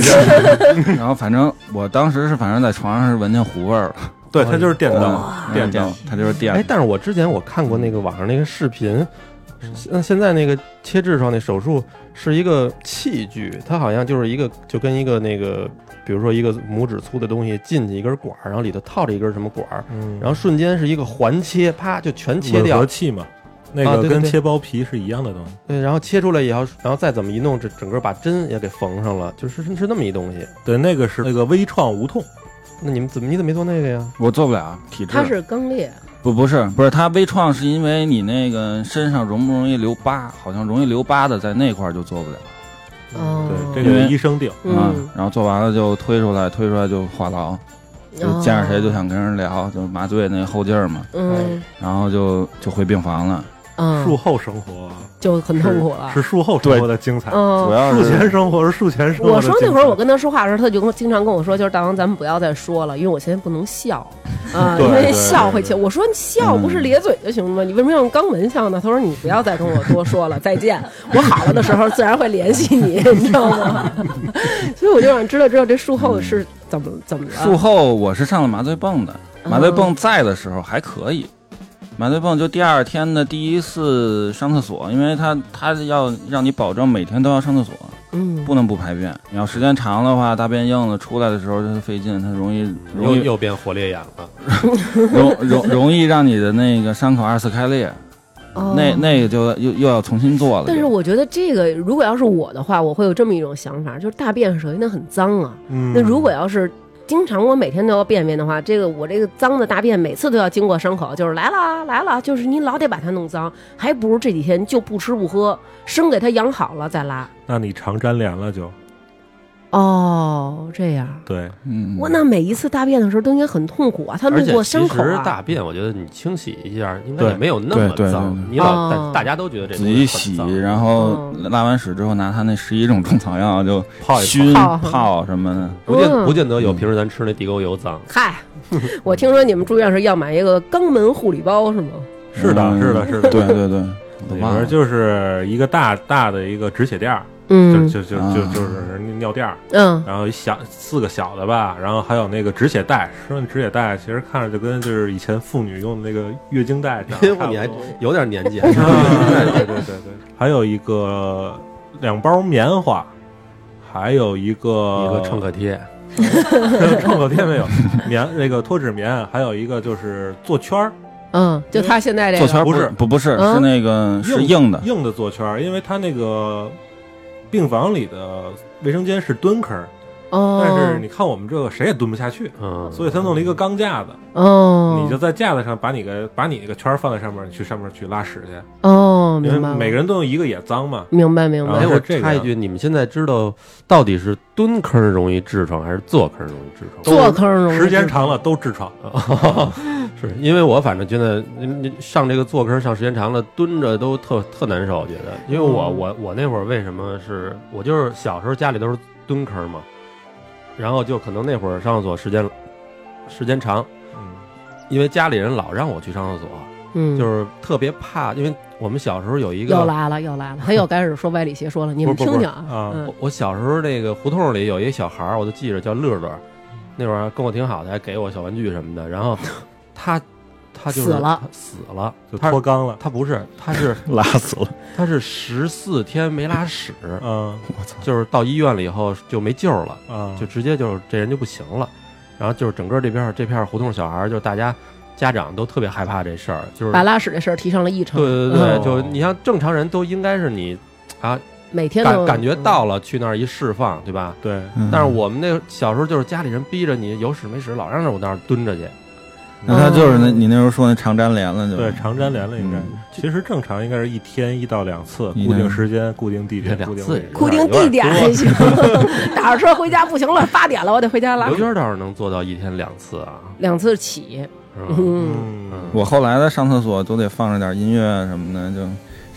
见过，然后反正我当时是反正在床上是闻见糊味儿了， 对，它就是电刀，电到刀。它就是嗯电哎，但是我之前我看过那个网上那个视频，那现在那个切痔疮那手术是一个器具，它好像就是一个就跟一个那个，比如说一个拇指粗的东西进去一根管儿，然后里头套着一根什么管儿，嗯然后瞬间是一个环切，啪就全切吻掉合，器嘛，那啊个对对跟对切包皮是一样的东西。对，然后切出来也要，然后再怎么一弄，这整个把针也给缝上了，就是是是那么一东西。对，那个是那个微创无痛，那你们怎么你怎么没做那个呀？我做不了体他质，是肛裂，不不是不是，它微创是因为你那个身上容不容易留疤，好像容易留疤的在那块儿就做不了哦，对，这因个为医生定。啊嗯，。哦然后做完了就推出来，推出来就话痨，就见着谁就想跟人聊，就麻醉那后劲儿嘛，嗯然后就就回病房了，术嗯，后生活啊就很痛苦了是。术后生活的精彩，主嗯，要术前是生活是术前生活 我的说精那彩。会儿我跟他说话的时候，他就跟我经常跟我说，就是大王，咱们不要再说了，因为我现在不能笑啊，对因为对笑会对切。我说你笑不是咧嘴就行了吗？你为什么要用肛门笑呢？他说你不要再跟我多说了，再见。我好了的时候自然会联系你，你知道吗？ 所以我就想知道知道这术后是怎么怎么了。术后我是上了麻醉泵的，嗯麻醉泵在的时候还可以，麻醉泵就第二天的第一次上厕所，因为它它要让你保证每天都要上厕所，嗯，不能不排便。你要时间长的话，大便硬了，出来的时候它费劲，它容易容易变火烈眼了，容容 容易让你的那个伤口二次开裂，哦那那个就又又要重新做了。但是就我觉得这个，如果要是我的话，我会有这么一种想法，就是大便首先它很脏啊。嗯那如果要是经常我每天都要便便的话，这个我这个脏的大便每次都要经过伤口，就是来啦来啦，就是你老得把它弄脏，还不如这几天就不吃不喝，生给它养好了再拉。那你肠粘连了就哦，这样。对，嗯，我那每一次大便的时候都应该很痛苦啊，它而路且过其伤口实啊。大便，我觉得你清洗一下，应该对也没有那对么对脏对对。你老哦大大家都觉得这自东己西很洗，脏然后嗯拉完屎之后拿它那十一种中草药就泡一熏泡泡什么的。不见嗯不见得有平时咱吃那地沟油脏。嗨，我听说你们住院时要买一个肛门护理包是吗？是的，嗯是的，是的。 对对对，我 里忘了边就是一个大大的一个止血垫儿，就嗯就就就就是尿垫儿，嗯，然后小四个小的吧，然后还有那个止血带。说那止血带，其实看着就跟就是以前妇女用的那个月经带长得因差不为多。你还 有点年纪，哎啊对对对对，还有一个两包棉花，还有一一个个创可贴， 创可贴没有，棉那个脱脂棉，啊还有一个就是做圈儿，嗯，就他现在这做个，圈儿不是不不是嗯是那个是 硬的，硬的做圈儿，因为它那个病房里的卫生间是蹲坑儿，哦，但是你看我们这个谁也蹲不下去，嗯，所以他弄了一个钢架子，哦，你就在架子上把你个把你那个圈儿放在上面，你去上面去拉屎去，哦，因明白为了，每个人都有啊一个也脏嘛。明白明白然哎，后我是这个插一句，你们现在知道到底是蹲坑容易痔疮还是坐坑容易痔疮？做坑容易时间长了都痔疮， 是因为我反正觉得嗯你上这个坐坑上时间长了，蹲着都特特难受，我觉得。因为我嗯我我那会儿为什么是我就是小时候家里都是蹲坑嘛，然后就可能那会儿上厕所时间时间长，嗯，因为家里人老让我去上厕所，嗯，就是特别怕，因为我们小时候有一又个。来了又来了，他又开始说歪理邪说了，你们不是不听是听啊啊，嗯我我小时候那个胡同里有一个小孩儿，我都记着叫乐乐，那会儿还跟我挺好的，还给我小玩具什么的。然后他他他就是死了他死了，就他脱肛了。他不是，他是拉死了，他是十四天没拉屎，嗯我操！就是到医院了以后就没救了，啊，嗯就直接就是这人就不行了。然后就是整个这片儿这片儿胡同小孩儿，就是大家家长都特别害怕这事儿，就是把拉屎这事儿提上了议程。对对嗯对，哦就你像正常人都应该是你啊每天感都嗯感觉到了去那儿一释放，对吧？对，嗯但是我们那小时候就是家里人逼着你有屎没屎，老让着我那儿蹲着去。那他就是那你那时候说那长粘连了，就对，长粘连了应该嗯。其实正常应该是一天一到两次，一固定天时间、固定地点、两固定次位置。固定地点还行， 打着车回家不行了，八点了，我得回家拉刘娟倒是能做到一天两次啊，两次起。是吧？嗯，嗯，我后来的上厕所都得放着点音乐什么的，就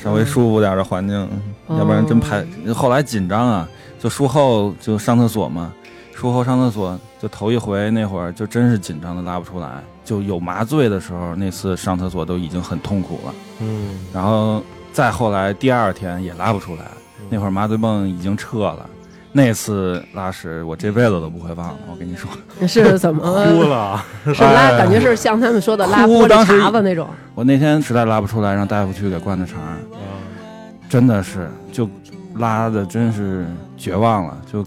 稍微舒服点的环境，哦嗯要不然真排。后来紧张啊，就术后就上厕所嘛，术后上厕所就头一回那会儿就真是紧张的拉不出来，就有麻醉的时候，那次上厕所都已经很痛苦了。嗯，然后再后来第二天也拉不出来，那会儿麻醉泵已经撤了。那次拉屎我这辈子都不会忘了，我跟你说， 是怎么哭？了，是拉，感觉是像他们说的拉哎哭玻璃当时碴子那种。我那天实在拉不出来，让大夫去给灌的肠儿，真的是就拉的真是绝望了，就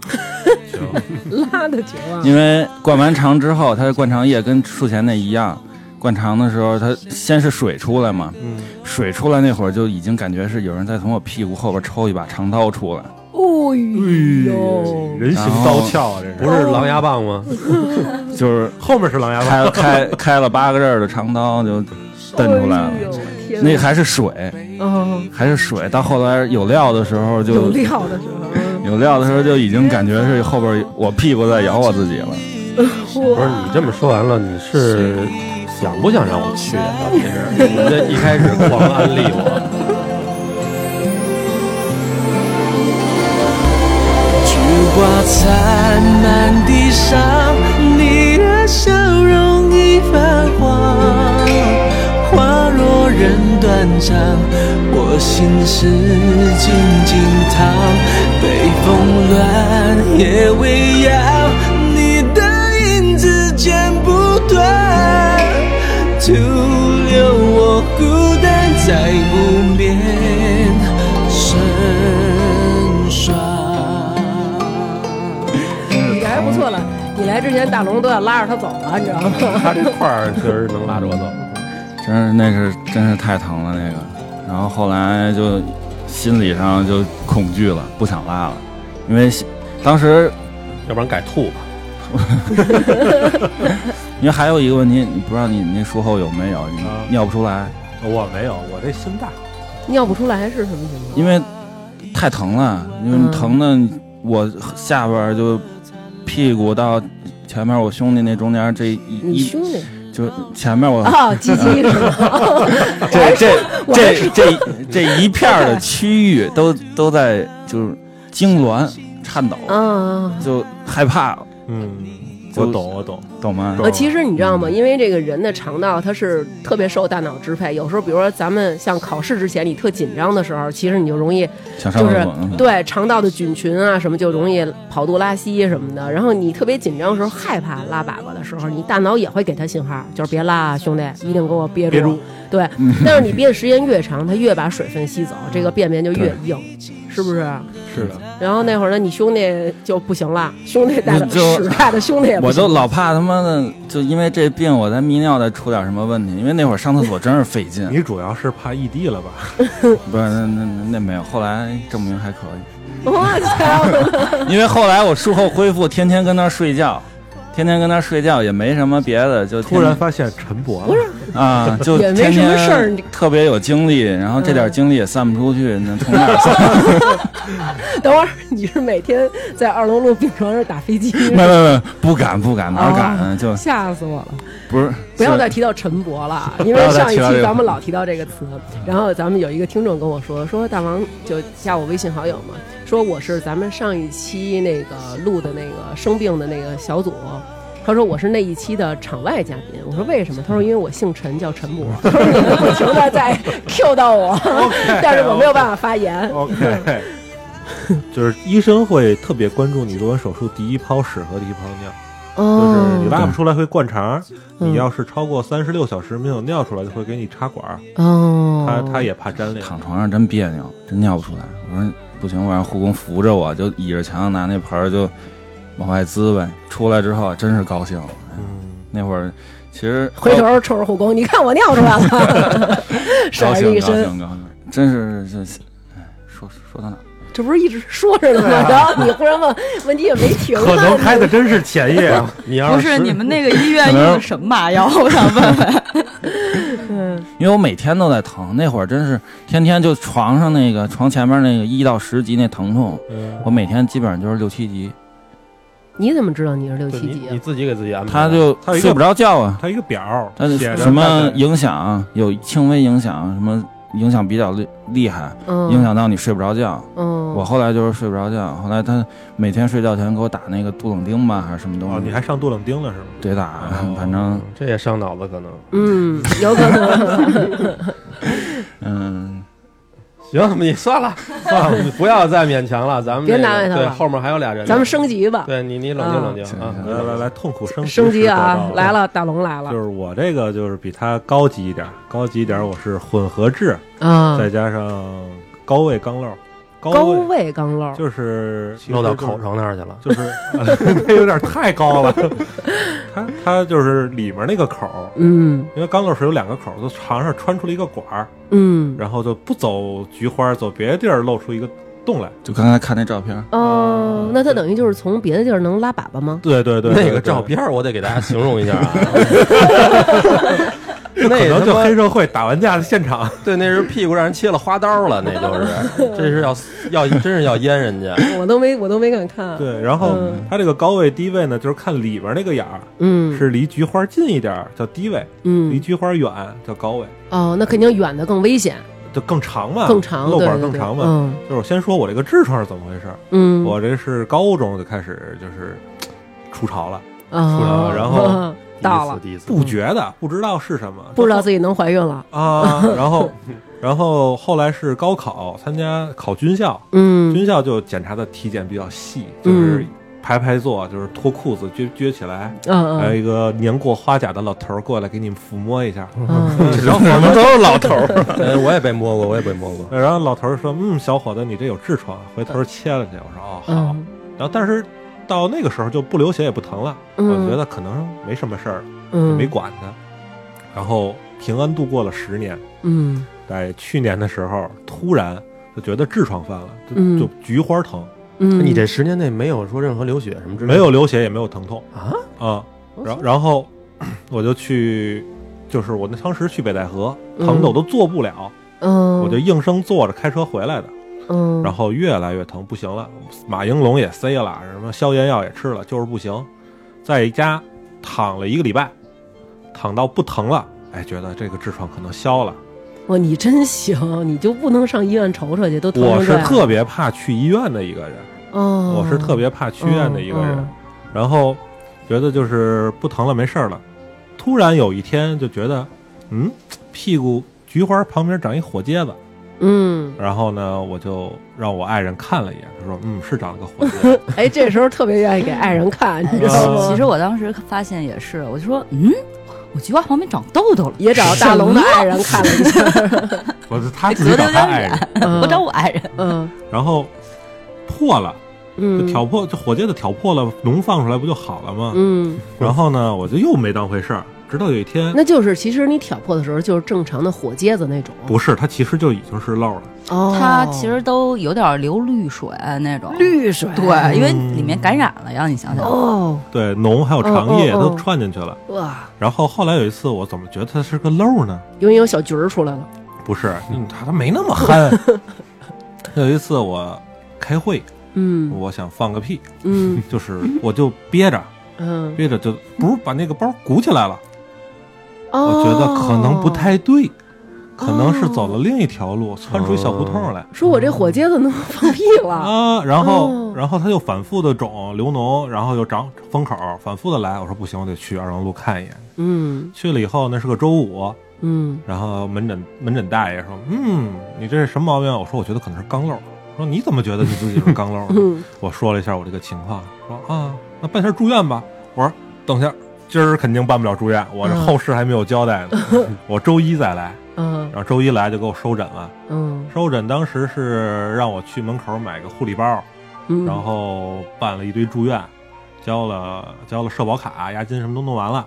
拉的啊绝望。因为灌完肠之后，它的灌肠液跟术前那一样，灌肠的时候它先是水出来嘛，嗯，水出来那会儿就已经感觉是有人在从我屁股后边抽一把长刀出来，哦哎呦，人形刀鞘啊，这是不是狼牙棒吗？嗯就是后面是狼牙棒，开开开了八个刃儿的长刀就蹬出来了哎，呦，天哪那还是水，哦，还是水。到后来有料的时候有就料的时候，有料的时候就已经感觉是后边有我屁股在咬我自己了。不是你这么说完了，你是想不想让我去啊？到底是你这一开始狂安利我，烛光灿烂地上，你的笑容已泛黄，花落人断肠，我心事静静躺，北风乱，夜未央，你的影子剪不断，徒留我孤单在无眠深霜。你这还不错了。你来之前，大龙都要拉着他走了，你知道吗？ 他这块儿确实能拉着我走。真是那是真是太疼了那个，然后后来就心理上就恐惧了，不想拉了，因为心当时要不然改吐吧。因为还有一个问题，你不知道你你那术后有没有你啊尿不出来，我没有，我这心大，尿不出来是什么情况？因为太疼了，因为嗯疼的我下边儿就屁股到前面我兄弟那中间这一你一兄弟就前面我啊，鸡鸡是吗？ 这这我还这这 这一片儿的区域都都在就是痉挛颤抖。啊，就害怕了，嗯，就我懂，我懂，懂吗？呃，其实你知道吗？因为这个人的肠道它是特别受大脑支配，有时候比如说咱们像考试之前你特紧张的时候，其实你就容易想上就厕是所呢。对肠道的菌群啊什么就容易跑肚拉稀什么的。然后你特别紧张的时候，害怕拉粑粑的时候，你大脑也会给他信号，就是别拉啊，兄弟，一定给我憋住。憋住对，嗯但是你憋的时间越长，它越把水分吸走，这个便便就越硬，是不是？是的，然后那会儿呢，你兄弟就不行了，兄弟带的你嗯就屎带的兄弟也不我行都老怕他妈的，就因为这病，我在泌尿再出点什么问题。因为那会儿上厕所真是费劲，你主要是怕异地了吧？ 不是那那那那没有。后来证明还可以，我操！ 因为后来我术后恢复，天天跟那儿睡觉，天天跟那儿睡觉也没什么别的，就天突然发现陈勃了，啊，就也没天什么天事儿你嗯特别有精力，然后这点精力也散不出去，那从哪儿散？等会儿你是每天在二龙路病床上打飞机？ 没没没，不敢不敢，哪敢啊？就吓死我了！不是哦不要就再提到陈勃了，因不为要再上一提到期这个咱们老提到这个词。然后咱们有一个听众跟我说，说大王就加我微信好友嘛，说我是咱们上一期那个录的那个生病的那个小组。他说我是那一期的场外嘉宾，我说为什么？他说因为我姓陈，叫陈 勃。他说你们不停的在 Q 到我， 但是我没有办法发言。哦 OK，就是医生会特别关注你做完手术第一泡屎和第一泡尿，就是哦你拉不出来会灌肠，嗯你要是超过三十六小时没有尿出来，就会给你插管儿。哦，他他也怕粘连，躺床上真别扭，真尿不出来。我说不行，我让护工扶着我，就倚着墙拿那盆儿就往外滋呗。出来之后真是高兴，嗯，那会儿其实回头瞅着护工，你看我尿出来了，高 甩了兴一高身，兴高兴，真是这，哎说说到哪儿？这不是一直说着呢吗？啊然后你忽然问问题也没 停，可能开的真是前 夜啊，你要不是你们那个医院可用能的什么麻药？我想问问。因为我每天都在疼，那会儿真是天天就床上那个床前面那个一到十级那疼痛，嗯我每天基本上就是六七级，你怎么知道你是六对七你级你啊？自己给自己安排的，他就他有一个睡不着觉啊。他一个表儿他写着什么大概影响有轻微影响，什么影响比较厉厉害，嗯，影响到你睡不着觉。嗯，我后来就是睡不着觉，后来他每天睡觉前给我打那个杜冷丁吧，还是什么东哦，西，你还哦上杜冷丁了是吗？得打，反正这也伤脑子可能。嗯，有可能。嗯，行，你算了 算了，你不要再勉强了，咱们别这个难为他对了后面还有俩人呢，咱们升级吧，对你你冷静啊冷静啊，来来来，痛苦 升升级啊时！得到来了，大龙来了就是我这个就是比他高级一点儿，高级一点儿，我是混合制，啊！再加上高位钢漏，高高位位钢漏，就是漏到口，上那儿去了。就是啊那有点太高了。它它就是里面那个口儿，嗯因为钢漏是有两个口儿，从床上穿出了一个管儿，嗯然后就不走菊花，走别的地儿露出一个洞来。就刚才看那照片，啊哦，那他等于就是从别的地儿能拉粑粑吗？对对对，那对个照，片儿我得给大家形容一 下啊，对可能那就他妈黑社会打完架的现 场。对，那是屁股让人切了花刀了，那就是，这是要要真是要淹人 家。我都没，我都没敢看。啊对，然后它这个高位低位呢，就是看里面那个眼儿嗯，是离菊花近一点儿叫低位，离嗯，菊花远叫高位，哦，那肯定远的更危险，就更长嘛，更长，啊漏对管对更对长嘛。嗯就是我先说我这个痔疮是怎么回事儿，嗯，我这是高中就开始就是出潮了，啊，然后 到了，第一次，第一不次觉得不知道是什么，不知道自己能怀孕了。啊。然后，然后后来是高考，参加考军校，嗯军校就检查的体检比较细，就是嗯排排坐，就是脱裤子撅撅起来，嗯还有嗯一个年过花甲的老头儿过来给你们抚摸一下，嗯，然后我们都是老头儿， 呃我也被摸过，我也被摸过。然后老头儿说：“嗯，小伙子，你这有痔疮，回头切了去。”我说：“哦， 好。嗯然后但是到那个时候就不流血也不疼了，嗯我觉得可能没什么事儿，嗯，没管他。然后平安度过了十年，嗯在去年的时候突然就觉得痔疮犯了，就、嗯就菊花疼，嗯，你这十年内没有说任何流血什么之类的，没有流血也没有疼痛啊哦啊。然然后我就去，就是我那当时去北戴河，疼的我都坐不了，嗯，我就硬生坐着开车回来的。嗯，然后越来越疼，不行了，马应龙也塞了，什么消炎药也吃了，就是不行，在家躺了一个礼拜，躺到不疼了，哎，觉得这个痔疮可能消了。哇，你真行，你就不能上医院瞅瞅去？都疼成我是这样特别怕去医院的一个人，哦，我是特别怕去医院的一个人嗯，然后觉得就是不疼了，没事儿了。突然有一天就觉得，嗯，屁股菊花旁边长一火疖子，嗯，然后呢，我就让我爱人看了一眼，他说，嗯，是长了个 火疖子，哎，这时候特别愿意给爱人看，你知道啊吗？ 其实我当时发现也是，我就说，嗯，我菊花旁边长痘痘了，也找大龙的爱人看了一下， 我就他自隔己得找有他点爱人远。，我找我爱人。嗯然后破了，就嗯，挑破，就火疖子挑破了，脓放出来不就好了吗？嗯，然后呢，我就又没当回事儿，直到有一天，那就是其实你挑破的时候就是正常的火疖子那种，不是，它其实就已经是漏了，哦，它其实都有点流绿水啊那种，哎绿水，对，因为里面感染了呀，你想想，哦，对，脓还有肠液哦哦哦都串进去了。哇，然后后来有一次，我怎么觉得它是个漏呢？因为有小菊儿出来了，不是，嗯它它没那么憨。 有一次我开会，嗯我想放个屁， 嗯就是我就憋着嗯，憋着就不是把那个包鼓起来了，哦，我觉得可能不，太对，可能是走了另一条路，窜出一小胡同来。说我这火疖子能放屁了，啊，然后、哦然后它就反复的肿流脓，然后又长封口，反复的来。我说不行，我得去二龙路看一眼。嗯去了以后，那是个周五，嗯，然后门诊门诊大爷说：“嗯，你这是什么毛病？”我说：“我觉得可能是肛瘘。”说：“你怎么嗯觉得你自己是肛瘘呢？”我说了一下我这个情况，说：“啊，那办事住院吧。”我说：“等下今儿肯定办不了住院，我这嗯后事还没有交代呢，我周一再来。嗯然后周一来就给我收诊了，嗯收诊当时是让我去门口买个护理包，嗯，然后办了一堆住院，交了交了社保卡、押金什么都弄完了。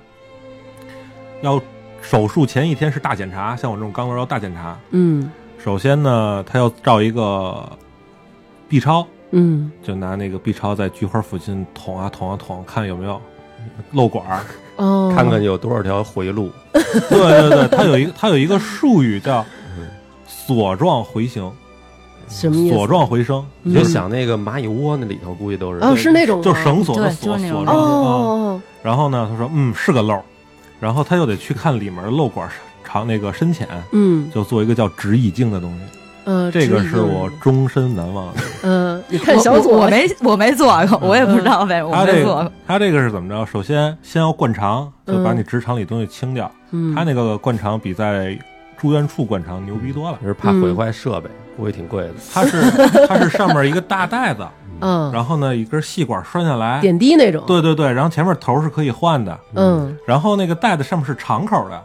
要手术前一天是大检查，像我这种肛瘘要大检查。嗯首先呢，他要照一个 B 超，嗯就拿那个 B 超在菊花附近捅啊捅啊捅，看有没有漏管 儿。哦，看看有多少条回路。对对对，它有一个它有一个术语叫锁状回形，什么意锁思？状回声，你嗯就想那个蚂蚁窝那里头，估计都是。哦，是那种就吗嗯是绳索的对锁就是那锁种状哦回声。啊哦然后呢，他说嗯是个漏儿，然后他又得去看里面的漏管长那个深浅，嗯就做一个叫直意镜的东西。呃，这个指引是我终身难忘的。嗯，你看小我左我我 没我没做过，我也不知道呗，我他没这做过个。他这个是怎么着？首先先要灌肠，就把嗯你直肠里东西清掉。嗯他那个灌肠比在住院处灌肠牛逼多了。是怕毁坏设备，估计挺贵的。它是它是上面一个大袋子，嗯然后呢一根细管拴下来，点滴那种对对对，然后前面头是可以换的，嗯然后那个袋子上面是敞口的，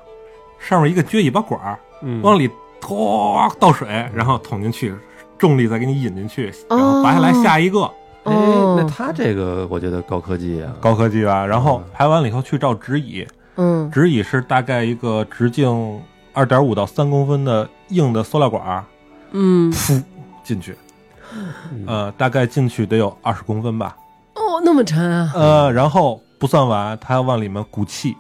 上面一个撅尾巴管儿，嗯往里拖倒水，然后捅进去，重力再给你引进去，然后拔下来哦下一个、哎，那哦他这个我觉得高科技啊，高科技吧。然后排完了以后去照指乙，嗯指乙是大概一个直径二点五到三公分的硬的塑料管儿嗯进去，呃，大概进去得有二十公分吧，哦那么沉啊呃，然后不算完，他要往里面鼓气，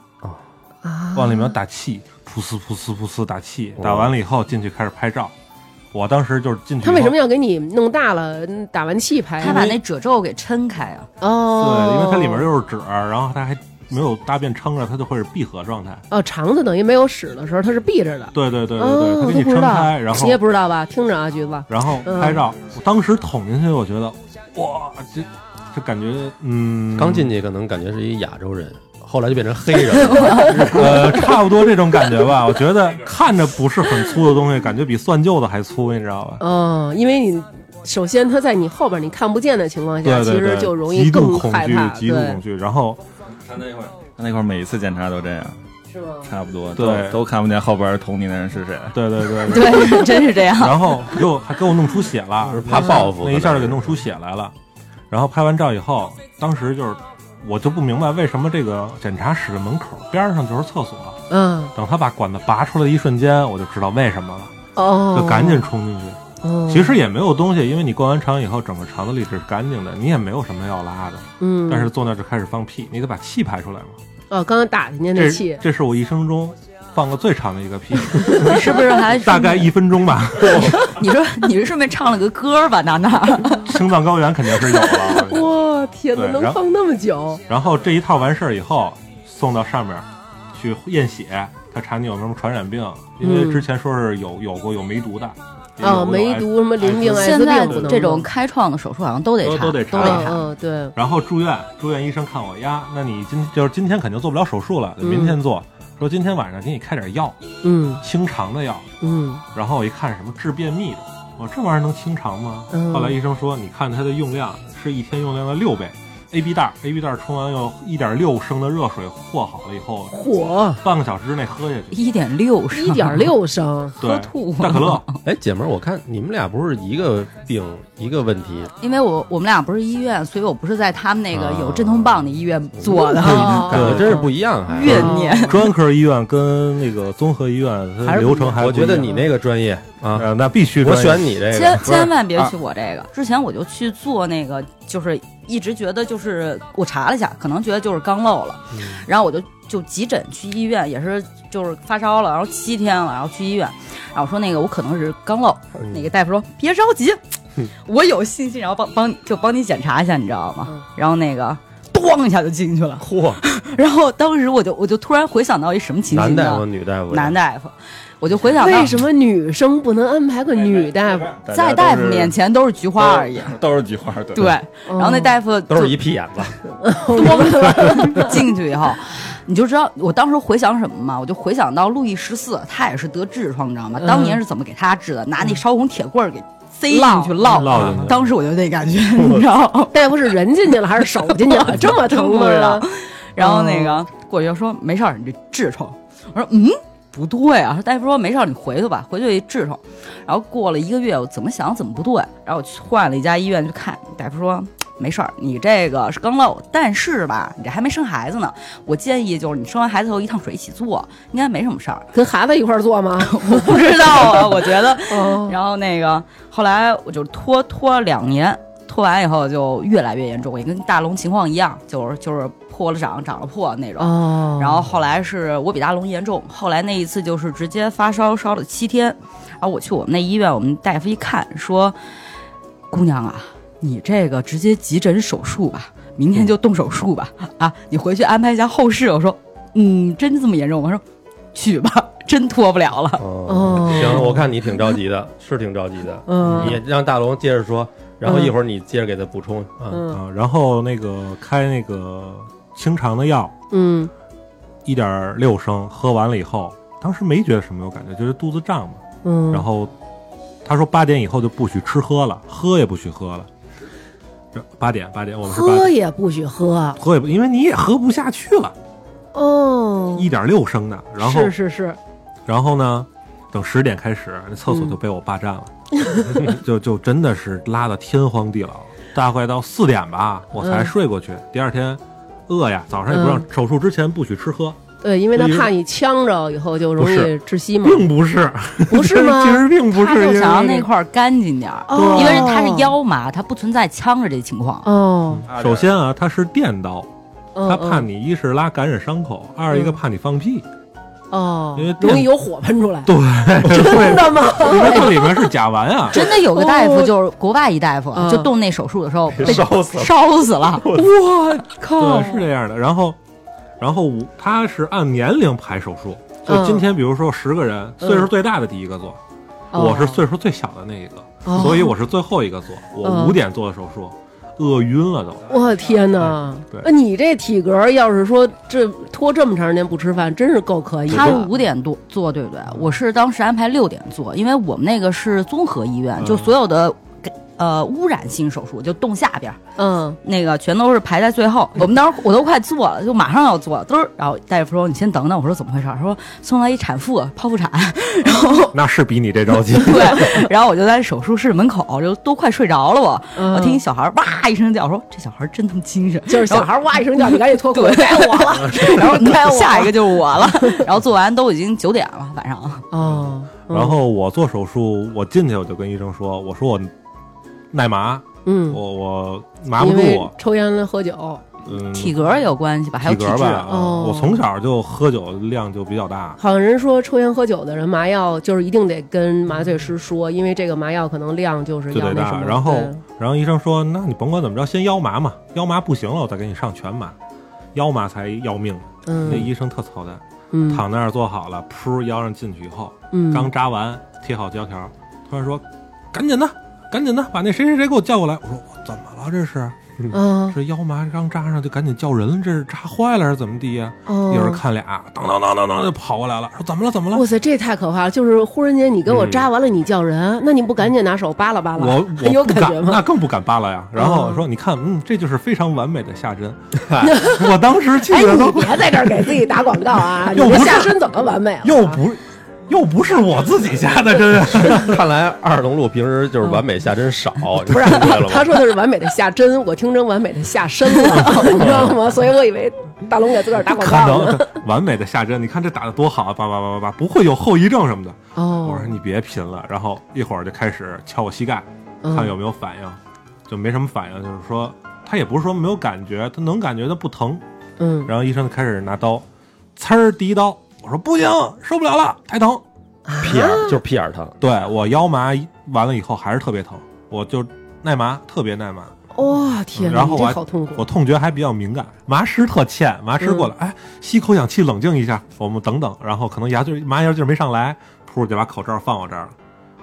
啊哦往里面打气，噗呲噗呲噗呲打气，打完了以后进去开始拍照。我当时就是进去以他后，为什么要给你弄大了？嗯打完气排他把那褶皱给抻开啊！哦，对，因为它里面又是纸，然后它还没有大便撑着，它就会是闭合状态。哦肠子等于没有屎的时候它是闭着的，对对对对对，哦它我给都你不知撑道开，然后你也不知道吧？听着啊，橘子，然后拍照。我当时捅进去，我觉得哇，这就感觉嗯，刚进去可能感觉是一亚洲人，后来就变成黑人了。呃，差不多这种感觉吧。我觉得看着不是很粗的东西，感觉比蒜臼子还粗，你知道吧？哦，因为你首先它在你后边你看不见的情况下，对对其实对，就容极易度更恐害惧怕，，极度对恐惧。然后他那块儿，嗯他那块儿每一次检查都这样，是吗？差不多，对都都看不见后边捅你那人是谁。对对对 对，对， 真是这 样。然后给我还给我弄出血了，嗯怕报复那一下就给弄出血来了。然后拍完照以后，当时就是我就不明白为什么这个检查室的门口边上就是厕所。嗯等他把管子拔出来的一瞬间，我就知道为什么了，哦，就赶紧冲进去。哦。嗯其实也没有东西，因为你灌完肠以后，整个肠子里是干净嗯的，你也没有什么要拉的。嗯，但是坐那就开始放屁，你得把气排出来嘛。嗯哦，刚刚打进去那这气，这是我一生中放过最长的一个屁， 是不是还大概一分钟 吧。你说你是顺便唱了个歌吧？娜娜，青藏高原肯定是有了。我觉得哇，天哪，对能然后放那么久？然后这一套完事儿以后，送到上面去验血，他查你有没有什么传染病，因为之前说是有有过有梅毒的，嗯也有哦啊，过有梅艾毒什么淋病、艾滋艾现滋病在不能这种弄开创的手术好像都得都查，都得查都得查。嗯嗯，对，然后住院，住院医生看我呀，那你今就是今天肯定做不了手术嗯了，得明天做。说今天晚上给你开点药，嗯清肠的药。嗯然后我一看什么治便秘的，我说这玩意儿能清肠吗？嗯后来医生说，你看它的用量是一天用量的六倍。A B 袋，A B 袋冲完用一点六升的热水和好了以后，嚯，半个小时之内喝下去。一点六啊是一点六升，对，吐大可乐，哎，姐们儿，我看你们俩不是一个病一个问题，因为我我们俩不是医院，所以我不是在他们那个啊有镇痛棒的医院做的，感哦觉真是不一样。还怨念。 专科医院跟那个综合医院它还是不流程还我不一样觉得你那个专业啊，呃那必须我专业选你这哎个。千千万别啊去我这个。之前我就去做那个，就是一直觉得就是我查了一下，可能觉得就是肛瘘了，嗯然后我就就急诊去医院，也是就是发烧了，然后七天了，然后去医院，然后我说那个我可能是肛瘘，嗯那个大夫说别着急， 我有信心，然后帮帮就帮你检查一下，你知道嗯吗？然后那个。咣一下就进去了，嚯，然后当时我就我就突然回想到一什么情男形大夫呢？女大夫，男大夫，我就回想到为什么女生不能安排个女大夫？在大夫面前都是菊花而已，都是菊花，对对。嗯然后那大夫都就是一屁眼子。哦 咣进去以后，你就知道我当时回想什么嘛？我就回想到路易十四，他也是得痔疮，你知道吗？当年是怎么给他治的？拿那烧红铁棍儿给塞进去烙，烙进去当时我就那感觉，你知道吗？ 大夫是人进去了还是手进去了？这么真疼不吗知道？然后那个过去就说没事儿，你这痔疮。我说嗯，不对啊。说大夫说没事儿，你回去吧，回去痔疮。然后过了一个月，我怎么想怎么不对，然后我去换了一家医院去看，大夫说。没事儿，你这个是刚漏，但是吧，你这还没生孩子呢。我建议就是你生完孩子后一趟水一起做，应该没什么事儿。跟孩子一块儿 做吗？我不知道啊， 我觉得哦，然后那个后来我就拖拖两年，拖完以后就越来越严重，也跟大龙情况一样，就是就是破了长，长了破那种。哦然后后来是我比大龙严重，后来那一次就是直接发烧烧了七天，然后我去我们那医院，我们大夫一看说：“姑娘啊，你这个直接急诊手术吧，明天就动手术吧，啊，你回去安排一下后事。”我说：“嗯，真这么严重？”我说：“去吧， 真拖不了了。”哦，哦，行，我看你挺着急的，是挺着急的。嗯，你让大龙接着说，然后一会儿你接着给他补充。嗯嗯啊，然后那个开那个清肠的药，嗯一点六升，喝完了以后，当时没觉得什么有感觉，就是肚子胀嘛。嗯，然后他说八点以后就不许吃喝了，喝也不许喝了。这八点八点，我们是八喝点，也不许喝喝也不，因为你也喝不下去了，哦，一点六升的。然后是是是，然后呢，等十点开始，那嗯厕所就被我霸占了， 就就真的是拉的天荒地老，大概到四点吧，我才嗯睡过去。第二天饿呀，早上也不让、手术之前不许吃喝，对，因为他不是怕你呛着以后就容易不是窒息嘛，并不是，不是吗 其实并不他是因就为想让这那个块儿干净点儿，哦因为他是腰麻，他不存在呛着这情况。。哦，首先啊，它是电刀，嗯它怕你一是拉感染伤口，二一个怕你放屁，嗯哦因为，电容易有火喷出来，对， 真的吗？因为这里面是甲烷啊真的有个大夫，哦就是国外一大夫嗯，就动那手术的时候被烧死了烧死了。我靠对，，是这样的。然后，然后我它是按年龄排手术，就嗯今天比如说十个人，岁数最大的第一个做，哦我是岁数最小的那一个，哦所以我是最后一个做。哦我五点做的手术，饿晕了都。我的天哪！对那你这体格，要是说这拖这么长时间不吃饭，真是够可以的。他是五点多做，对不对？我是当时安排六点做，因为我们那个是综合医院，就所有的呃污染性手术，就动下边儿嗯，那个全都是排在最后。我们当时我都快做了，就马上要做，嘚儿，然后大夫说你先等等。我说怎么回事儿？他说送来一产妇剖腹产， 然后那是比你这 着急。对， 然后我就在手术室门口，就都快睡着了我。嗯我听一小孩儿哇一声叫，我说这小孩儿真他妈精神，就是小孩哇一声叫，你赶紧脱裤子，对该我了。 然后该我了下一个就是我了。然后做完都已经九点了，晚上哦，嗯然后我做手术，我进去我就跟医生说，我说我耐麻，嗯，我我麻不因为住，抽烟了喝酒，嗯，体格也有关系吧，还有体体格质。吧，啊哦我从小就喝酒量就比较大，好像人说抽烟喝酒的人麻药就是一定得跟麻醉师说，因为这个麻药可能量就是就要得那什大。么。然后然后医生说，那你甭管怎么着，先腰麻嘛，腰麻不行了，我再给你上全麻，腰麻才要命。对那嗯医生特操蛋，嗯躺那儿坐好了，噗，腰上进去以后，嗯刚扎完，贴好胶条，突然说，赶紧的，赶紧的，把那谁谁谁给我叫过来。我说我怎么了？这是啊这腰麻刚扎上就赶紧叫人了，这是扎坏了还是怎么地呀、一会儿哦。看俩，当当当当当就跑过来了，说怎么了怎么了哇？塞，这太可怕了！就是忽然间你给我扎完了，你叫人，那你不赶紧拿手扒拉扒拉？嗯我很 有我不感觉敢，吗？那更不敢扒拉呀。然后嗯我说：“你看，嗯，这就是非常完美的 下针。”我当时气哎，得你都别在这儿给自己打广告 啊！你又这不是下身怎么完美啊了？ 又不又不是我自己下的针啊， 看来二龙路平时就是完美下针少，嗯不不是，对了他吗？说的是完美的下针，我听成完美的下身 了，你知道吗？所以我以为大龙给自个儿打广看告呢。能完美的下针。你看这打的多好啊，叭叭叭叭叭，不会有后遗症什么的。我哦说你别贫了，然后一会儿就开始敲我膝盖，嗯看有没有反应，就没什么反应，就是说他也不是说没有感觉，他能感觉到不疼，嗯，然后医生就开始拿刀，呲儿第一刀，我说不行，受不了了，太疼。屁眼儿就是屁眼儿疼，对我腰麻完了以后还是特别疼，我就耐麻，特别耐麻，哇天哪，然你后这我还好痛苦啊我痛觉还比较敏感。麻师特欠，麻师过嗯来，哎，吸口氧气冷静一下，我们等等，然后可能牙劲麻药劲儿没上来，噗就把口罩放我这儿了。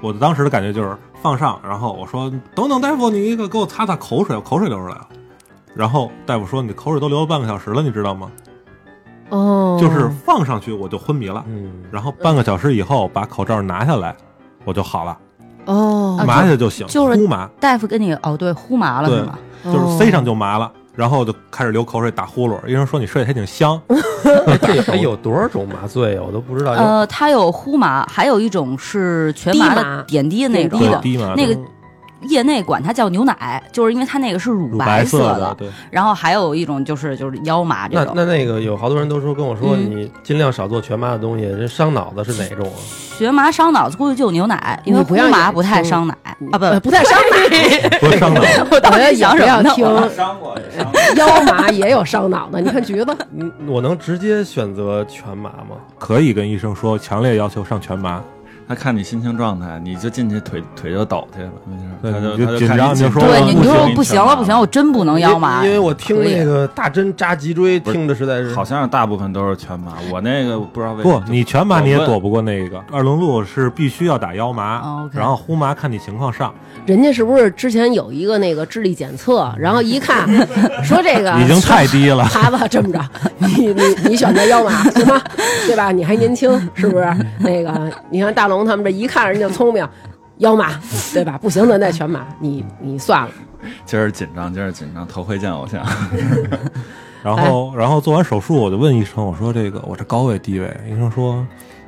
我当时的感觉就是放上，然后我说等等大夫，你给我擦擦口水，我口水流出来了。然后大夫说你口水都流了半个小时了，你知道吗？哦，嗯就是放上去我就昏迷了， 嗯，然后半个小时以后把口罩拿下来，我就好了，哦啊麻下就醒，就是哦敷麻。大夫跟你哦对呼麻了对是吗？就是塞上就麻了，然后就开始流口水、打呼噜。医生说你睡得还挺香，这有哎有多少种麻醉啊？我都不知道。呃，它有呼麻，还有一种是全麻低麻的点滴那种点滴的的，低嘛，那个业内管它叫牛奶，就是因为它那个是乳乳白色的，对，然后还有一种就是就是腰麻这那种，那那个有好多人都说跟我说，嗯你尽量少做全麻的东西，人伤脑子是哪种啊？血麻伤脑子估计就有牛奶，因为你不呼要麻也不太听伤奶啊，不呃不太伤你。多伤脑子。我当我要时也想不什要么呢？听啊伤过，也 伤过。腰麻也有伤脑的，你看橘子，嗯，我能直接选择全麻吗？可以跟医生说，强烈要求上全麻。他看你心情状态，你就进去腿腿就抖去了，没事对他你就就他就紧看张紧你就说对，你不你说行不行了，不行，我真不能腰麻啊因为。因为我听可以那个大针扎脊椎，听着实在啊是好像大部分都是全麻，我那个不知道为什不么，就你全麻你也我问躲不过那个二轮路是必须要打腰麻，哦，OK 然后呼麻看你情况上，人家是不是之前有一个那个智力检测，然后一 看说这个已经太低 了。孩子这么着，你你你选择腰马行吗？对吧？你还年轻，是不是？那个，你看大龙他们这一看人就聪明，腰马对吧？不行咱再全马，你你算了。今儿紧张，今儿紧张，头回见偶像。 然后，然后做完手术，我就问医生，我说这个我这高位低位，医生说，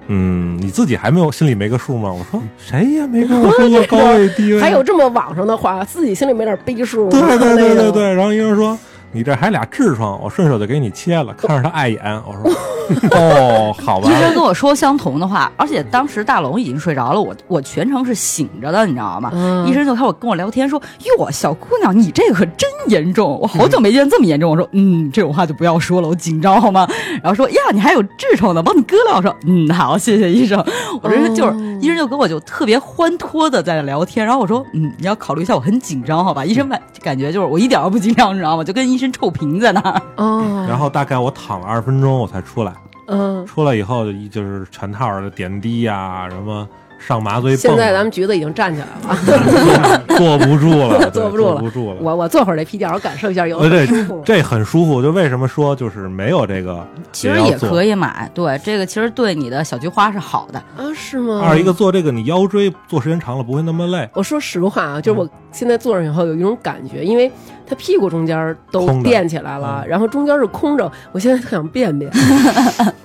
嗯，你自己还没有心里没个数吗？我说谁也没跟我说过高位低 位，还有这么网上的话，自己心里没点逼数吗？对对对那对个对，然后医生说你这还俩痔疮，我顺手就给你切了，看着他碍眼，我说哦， 好吧医，生跟我说相同的话，而且当时大龙已经睡着了，我我全程是醒着的，你知道吗？嗯医生就开始跟我聊天说：“哟，小姑娘，你这个可真严重，我好久没见这么严重。”我说：“嗯，这种话就不要说了，我紧张好吗？”然后说：“呀，你还有痔疮呢，帮你割了。”我说：“嗯，好，谢谢医生。”我这是就是、医生就跟我就特别欢脱的在聊天，然后我说：“嗯，你要考虑一下，我很紧张好吧？”医生感感觉就是我一点儿都不紧张，你知道吗？就跟医生臭贫在那儿。哦，然后大概我躺了二十分钟，我才出来。嗯，出来以后就一就是全套的点滴呀、什么上麻醉泵现啊，在咱们橘子已经站起来了，坐不住了， 对坐坐不住了不住了。我我做会儿这皮垫，我感受一下有呃，点这舒服。这很舒服。就为什么说就是没有这个，其实也也要做可以买，对这个其实对你的小菊花是好的。啊，是吗？二一个做这个你腰椎做时间长了不会那么累，我说实话啊，就是我嗯现在坐上以后有一种感觉，因为它屁股中间都空的垫起来了，嗯然后中间是空着，我现在特想便 便。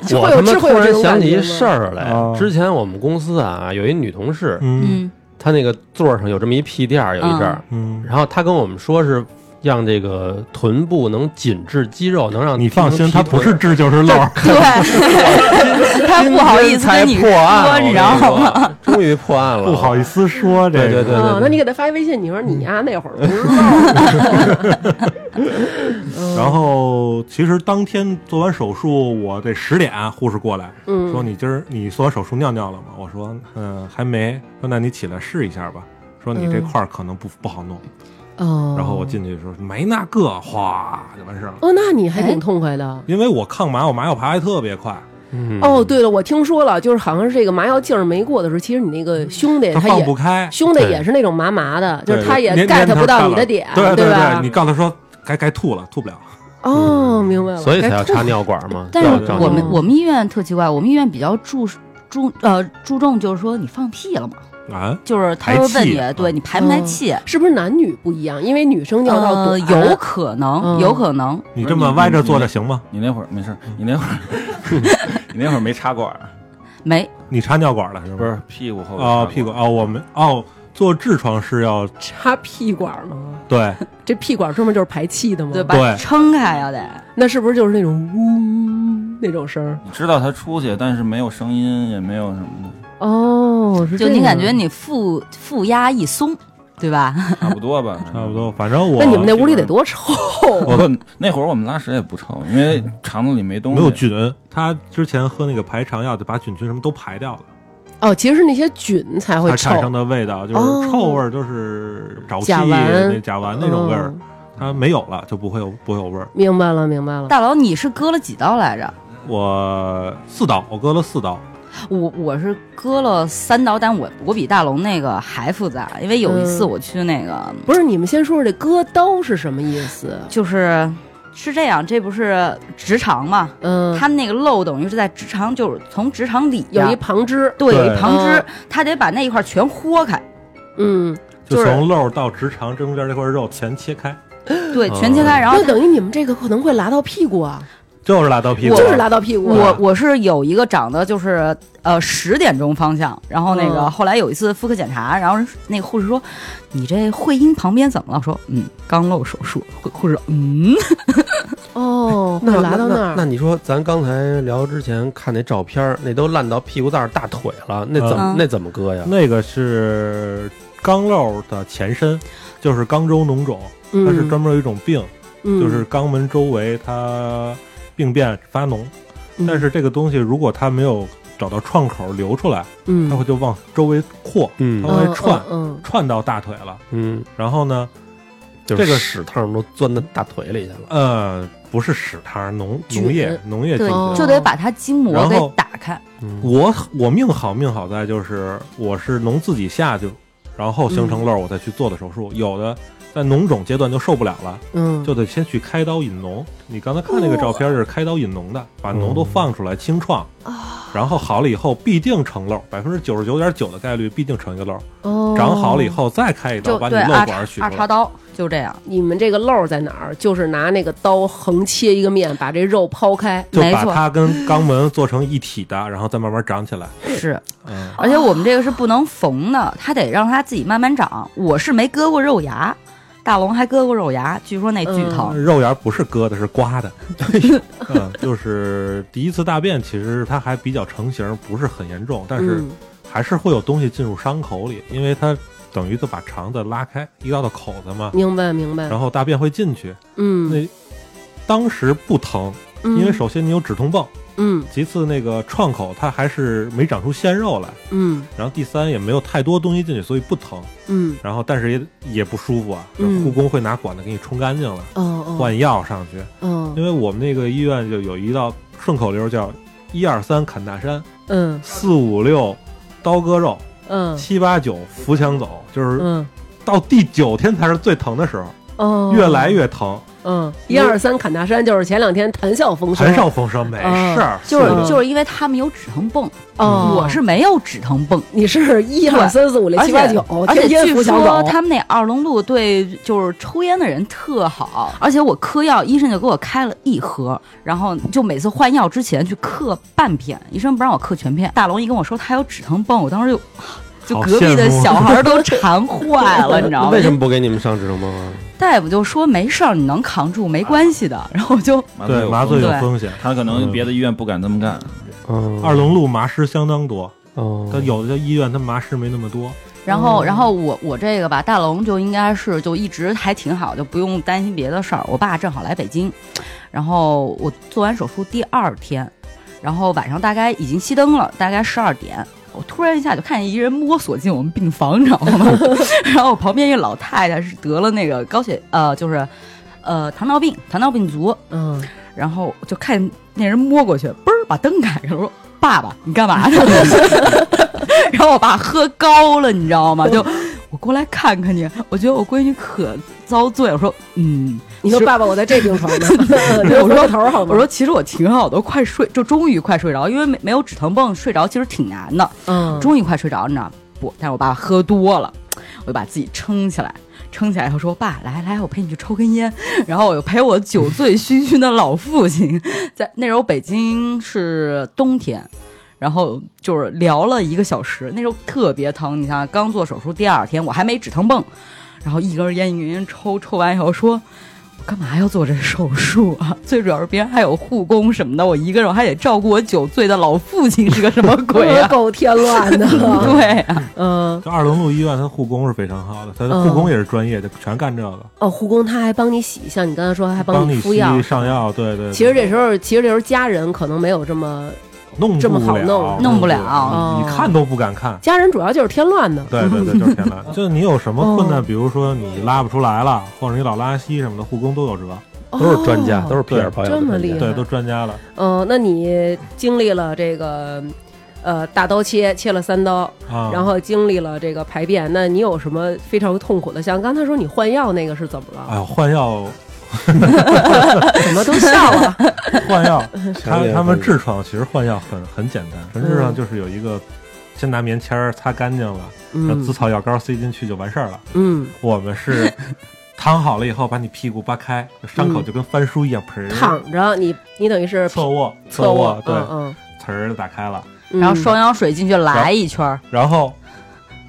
就我会他有妈这突会有这然种想感起觉一吗事儿来哦，之前我们公司啊有一女同事，嗯嗯她那个座儿上有这么一屁垫儿，有一阵儿，嗯，然后她跟我们说是让这个臀部能紧致肌肉，能让嗯你放心，能它提腿不是 治就是漏。对， 他不好意思跟你今天才破说，案，啊你知道吗？吗？哎终于破案了，不好意思，思说这对个，对对啊，对那你给对。他发一微信，你说你呀、那会儿不知 道。嗯然后其实当天做完手术，我得十点护士过来，嗯说你今儿你做完手术尿尿了吗？我说嗯还没。说那你起来试一下吧。说你这嗯块儿可能不不好弄。哦，然后我进去的时候没那个，哗就完事儿了。哦，那你还挺痛快的。因为我抗麻，我麻药爬得特别快，嗯哦，，对了，我听说了，就是好像是这个麻药劲儿没过的时候，其实你那个兄弟它他放不也开，兄弟对也是那种麻麻的，就是对他也连 get 连头不到看你了的点，对对吧你？告诉他说该该吐了，吐不了。哦，明白了。所以才该要吐插尿管嘛。 但照是照我镜们子我们医院特奇怪，我们医院比较注注呃注重就是说你放屁了吗？啊，就是他会问你排气，对嗯你排不排气？是不是男女不一样？因为女生尿道呃，短，有可嗯能，有可能。你这么歪着坐着行吗？你那会儿没事儿，你那会儿 你那会儿没插管儿，没你插尿管了是吗不是屁股后边插哦，管屁股哦，我们哦，做痔疮是要插屁管吗？对，这屁管专门就是排气的吗？对吧？对撑开呀得。那是不是就是那种呜那种声儿？你知道他出去，但是没有声音，也没有什么 哦，是就你感觉，你腹腹压一松，对吧？ 的，差不多吧，差不。多。反正我那你们那屋里得多臭？啊我问那会儿我们拉屎也不臭，因为肠子里没东西，没有菌，他之前喝那个排肠药就把菌群什么都排掉了，哦，其实是那些菌才会它臭产，生的味道就哦是臭味儿，就是沼气、甲烷那甲烷那种味儿嗯，它没有了就不会有不会有味儿。明白了，明白了。大佬，你是割了几刀来着？我四刀，我割了四刀，我我是割了三刀，但我我比大龙那个还复杂，因为有一次嗯我去那个、不是，你们先说说这割刀是什么意思？就是是这样，这不是直肠嘛？嗯，他们那个漏等于是在直肠，就是从直肠里有呀一旁支，对有对一旁支嗯，他得把那一块全豁开。嗯，就就是从漏儿到直肠中间这块肉全切开。嗯对，全切开，然后那等于你们这个可能会拉到屁股啊，就是拉到屁股，就是拉到屁股啊。我我是有一个长得就是呃十点钟方向，然后那个、嗯后来有一次妇科检查，然后那个护士说你这会阴旁边怎么了？我说嗯，肛瘘手术。护护士说嗯，哦，会那拉到那那那儿。你说咱刚才聊之前看那照片儿，那都烂到屁股蛋儿、大腿了，那怎么、嗯那怎么割呀？那个是肛瘘的前身，就是肛周脓肿，它是专门有一种病，嗯就是肛门周围它病变发脓，嗯但是这个东西如果它没有找到创口流出来，嗯，它会就往周围扩，它嗯会串嗯串到大腿了。嗯，然后呢，就是这个屎汤都钻到大腿里去了。呃，不是屎汤，脓脓液脓液进对去了。哦，就得把它筋膜然给后打开。嗯我我命好命好在就是我是脓自己下去，然后形嗯成漏我再去做的手术。有的在脓肿阶段就受不了了，嗯，就得先去开刀引脓。你刚才看那个照片是开刀引脓的，把脓都放出来清创，哦然后好了以后必定成漏，百分之九十九点九的概率必定成一个漏。哦长好了以。后再开一刀就把你对漏二管叉取出二来叉。刀就这样，你们这个漏在哪儿？就是拿那个刀横切一个面，把这肉剖开。就没把错它 跟肛门做成一体的，然后再慢慢长起来。是，嗯，而且我们这个是不能缝的，它得让它自己慢慢长。我是没割过肉芽，大龙还割过肉芽，据说那巨嗯疼。肉芽不是割的，是刮 的。嗯，就是第一次大便，其实它还比较成型，不是很严重，但是嗯还是会有东西进入伤口里，因为它等于就把肠子拉开一道道口子嘛，明白明白。然后大便会进去。嗯，那当时不疼，嗯因为首先你有止痛泵，嗯其次那个创口它还是没长出鲜肉来，嗯然后第三也没有太多东西进去，所以不疼。嗯然后但是也也不舒服啊，嗯护工会拿管子给你冲干净了，哦哦换药上去。哦因为我们那个医院就有一道顺口溜叫“一二三砍大山，嗯四五六刀割肉，嗯七八九扶墙走”，就是嗯到第九天才是最疼的时候，哦，越来越疼，嗯一二三砍大山，就是前两天谈笑风生。谈笑风生没事儿，就嗯是就是因为他们有止疼泵，哦，我是没有止疼泵。你是一二三四五六而七且八九，而且天天据扶小说狗。他们那二龙路对就是抽烟的人特好，而且我嗑药，医生就给我开了一盒，然后就每次换药之前去嗑半片，医生不让我嗑全片。大龙一跟我说他有止疼泵，我当时就。就好隔壁的羡慕小孩都馋坏了，你知 道吗为？什么不给你们上止疼泵啊？大夫就说没事儿，你能扛住，没关系的。然后我就对麻醉有对风险。他可能别的医院不敢这么干。嗯，二龙路麻师相当多，哦，但有的医院它麻师没那么多，然后，然后我我这个吧，大龙就应该是就一直还挺好，就不用担心别的事儿。我爸正好来北京，然后我做完手术第二天，然后晚上大概已经熄灯了，大概十二点，我突然一下就看见一人摸索进我们病房，你知道吗？ 然后我旁边一老太太是得了那个高血呃，就是呃糖尿病，糖尿病足，嗯，然后就看那人摸过去，嘣儿把灯开开了，我说：“爸爸，你干嘛呢？” 然后我爸喝高了，你知道吗？就我过来看看你，我觉得我闺女可遭罪。我说：“嗯。”你说爸爸，我在这病床呢，你我说回头好吗？我说其实我挺好的，快睡，就终于快睡着，因为没没有止疼泵，睡着其实挺难的。嗯，终于快睡着，你知道不？但是我爸喝多了，我就把自己撑起来，撑起来以后说：“爸，来来，我陪你去抽根烟。”然后我又陪我酒醉醺醺的老父亲， 在那时候北京是冬天。然后就是聊了一个小时，那时候特别疼，你想想刚做手术第二天，我还没止疼泵，然后一根烟一根烟抽，抽完以后说，我干嘛要做这手术啊？ 最主要是别人还有护工什么的，我一个人我还得照顾我酒醉的老父亲，是个什么鬼啊？够添乱的 了。对啊，嗯，就二龙路医院它护工是非常好的，它的嗯护工也是专业的，全干这个，哦，护工他还帮你洗，像你刚才说，还帮你敷吸药。上药，对对。对其实这时候，其实这时候家人可能没有这么，弄这么不好了弄弄不了嗯哦你看都不敢看。家人主要就是添乱的。对对对，就是天蓝。就你有什么困哦难，比如说你拉不出来了，或者你老拉稀什么的，护工都有辙，都是专家，哦都是皮尔保养的这么专家厉害对，都专家了。嗯，那你经历了这个，呃，大刀切切了三刀，啊，然后经历了这个排便，那你有什么非常痛苦的？像刚才说你换药那个是怎么哎了？呦，换药怎么都笑了？换药，强他烈他们反痔疮其实换药很很简单，咱嗯痔疮就是有一个，先拿棉签儿擦干净了，然后嗯紫草药膏塞进去就完事儿了。 嗯我们是躺好了以后，把你屁股扒开，伤口就跟翻书一样，盆儿躺着你你等于是侧卧，侧卧，对，嗯词儿打开了，嗯，然后双氧水进去来一圈儿，然后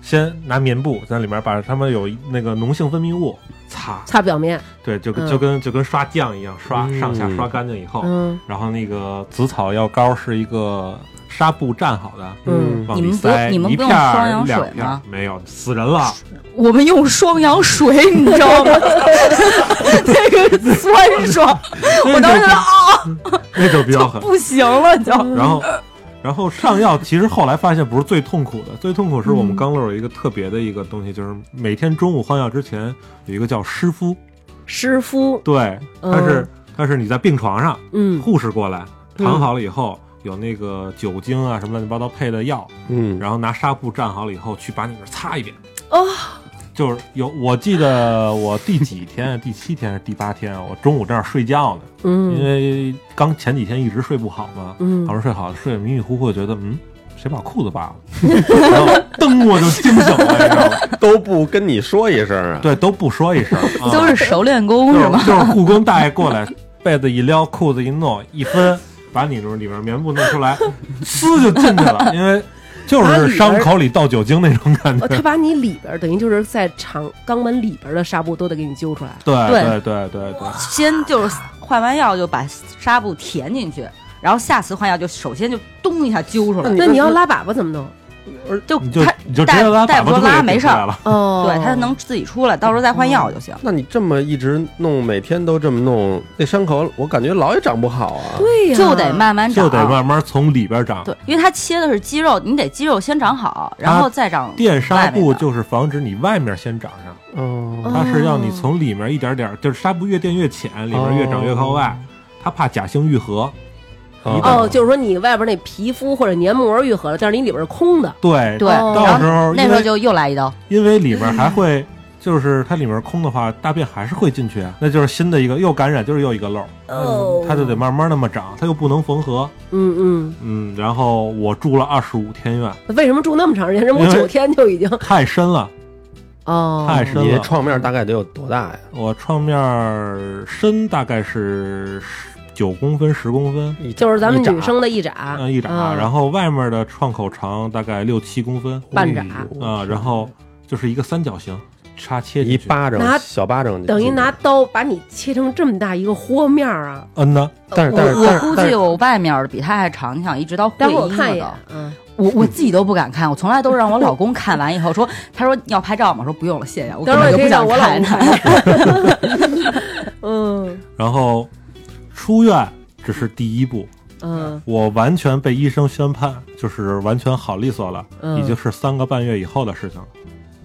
先拿棉布在里面把他们有那个脓性分泌物擦，擦表面，对，就嗯跟就跟就跟刷酱一样，刷上下刷干净以后，嗯然后那个紫草药膏是一个纱布蘸好的。嗯，往你里们不塞你们一不用片儿双氧两水片儿吗没有，死人了。我们用双氧水， 你知道吗？那个酸爽， 我当时就啊，那就比较 狠。不行了就。然后，然后上药其实后来发现不是最痛苦的，最痛苦是我嗯们刚漏有一个特别的一个东西，就是每天中午换药之前有一个叫湿敷，嗯湿敷，对，它是它是你在病床上，嗯护士过来嗯躺好了以后。有那个酒精啊，什么乱七八糟配的药，嗯，然后拿纱布蘸好了以后，去把你那儿擦一遍。哦，就是有，我记得我第几天，第七天还是第八天啊，我中午正那儿睡觉呢，因嗯为刚前几天一直睡不好嘛，嗯好像睡好睡得迷迷糊糊，觉得嗯，谁把裤子扒了？然后噔我就惊醒了，你知道吗？ 都不跟你说一声啊，对，都不说一声，啊 都是熟练工就是吗？就是护工大爷过来，被子一撩，裤子一弄，一分，把你那里面棉布弄出来，呲就进去了，因为就是伤口里倒酒精那种感哦，他觉。把你里边儿等于就是在肠肛门里边儿的纱布都得给你揪出来，对对对对对对，先就是换完药就把纱布填进去，然后下次换药就首先就咚一下揪出来，那你要拉粑粑怎么弄？就你就他你就直大接拉大粑夫说粑拉没事儿，了，哦，对他能自己出来，到时候再换药就行。那你这么一直弄，每天都这么弄，那伤口我感觉老也长不好啊。对呀，就得慢慢长，啊就得慢慢从里边长。对，因为它切的是肌肉，你得肌肉先长好，然后再长垫纱外布面的就是防止你外面先长上。哦，它是让你从里面一点点儿，就是纱布越垫越浅，里面越长越靠哦外，它怕假性愈合。一旦哦，就是说你外边那皮肤或者黏膜愈合了，但是你里边是空的，对对，哦到时候那因时候为就又来一刀，因为里面还会，就是它里面空的话，大便还是会进去，啊那就是新的一个又感染，就是又一个漏，哦它就得慢慢那么长，它又不能缝合。嗯嗯，然后我住了二十五天院，嗯，为什么住那么长时间？人我因为九天就已经太深了，哦，太深你这了。创面大概得有多大呀？我创面儿深大概是九公分、十公分，一就是咱们一眨女生的一眨，嗯，一拃，啊然后外面的创口长大概六七公分半爪哎呦啊，然后就是一个三角形，插切进一去，巴拿掌，小巴掌，等于拿。刀把你切成这么大一个豁面儿啊！嗯呐，但是我但是我估但计是有外面的比它还长，你想一直到会待会儿我阴看一了眼都。，嗯，我我自己都不敢看，我从来都是让我老公看完以后说，他说要拍照吗？我说不用了，谢谢，我待根会儿也可本就以不让想我老公看。看。 嗯然后出院这是第一步，嗯我完全被医生宣判就是完全好利索了，嗯已经是三个半月以后的事情了。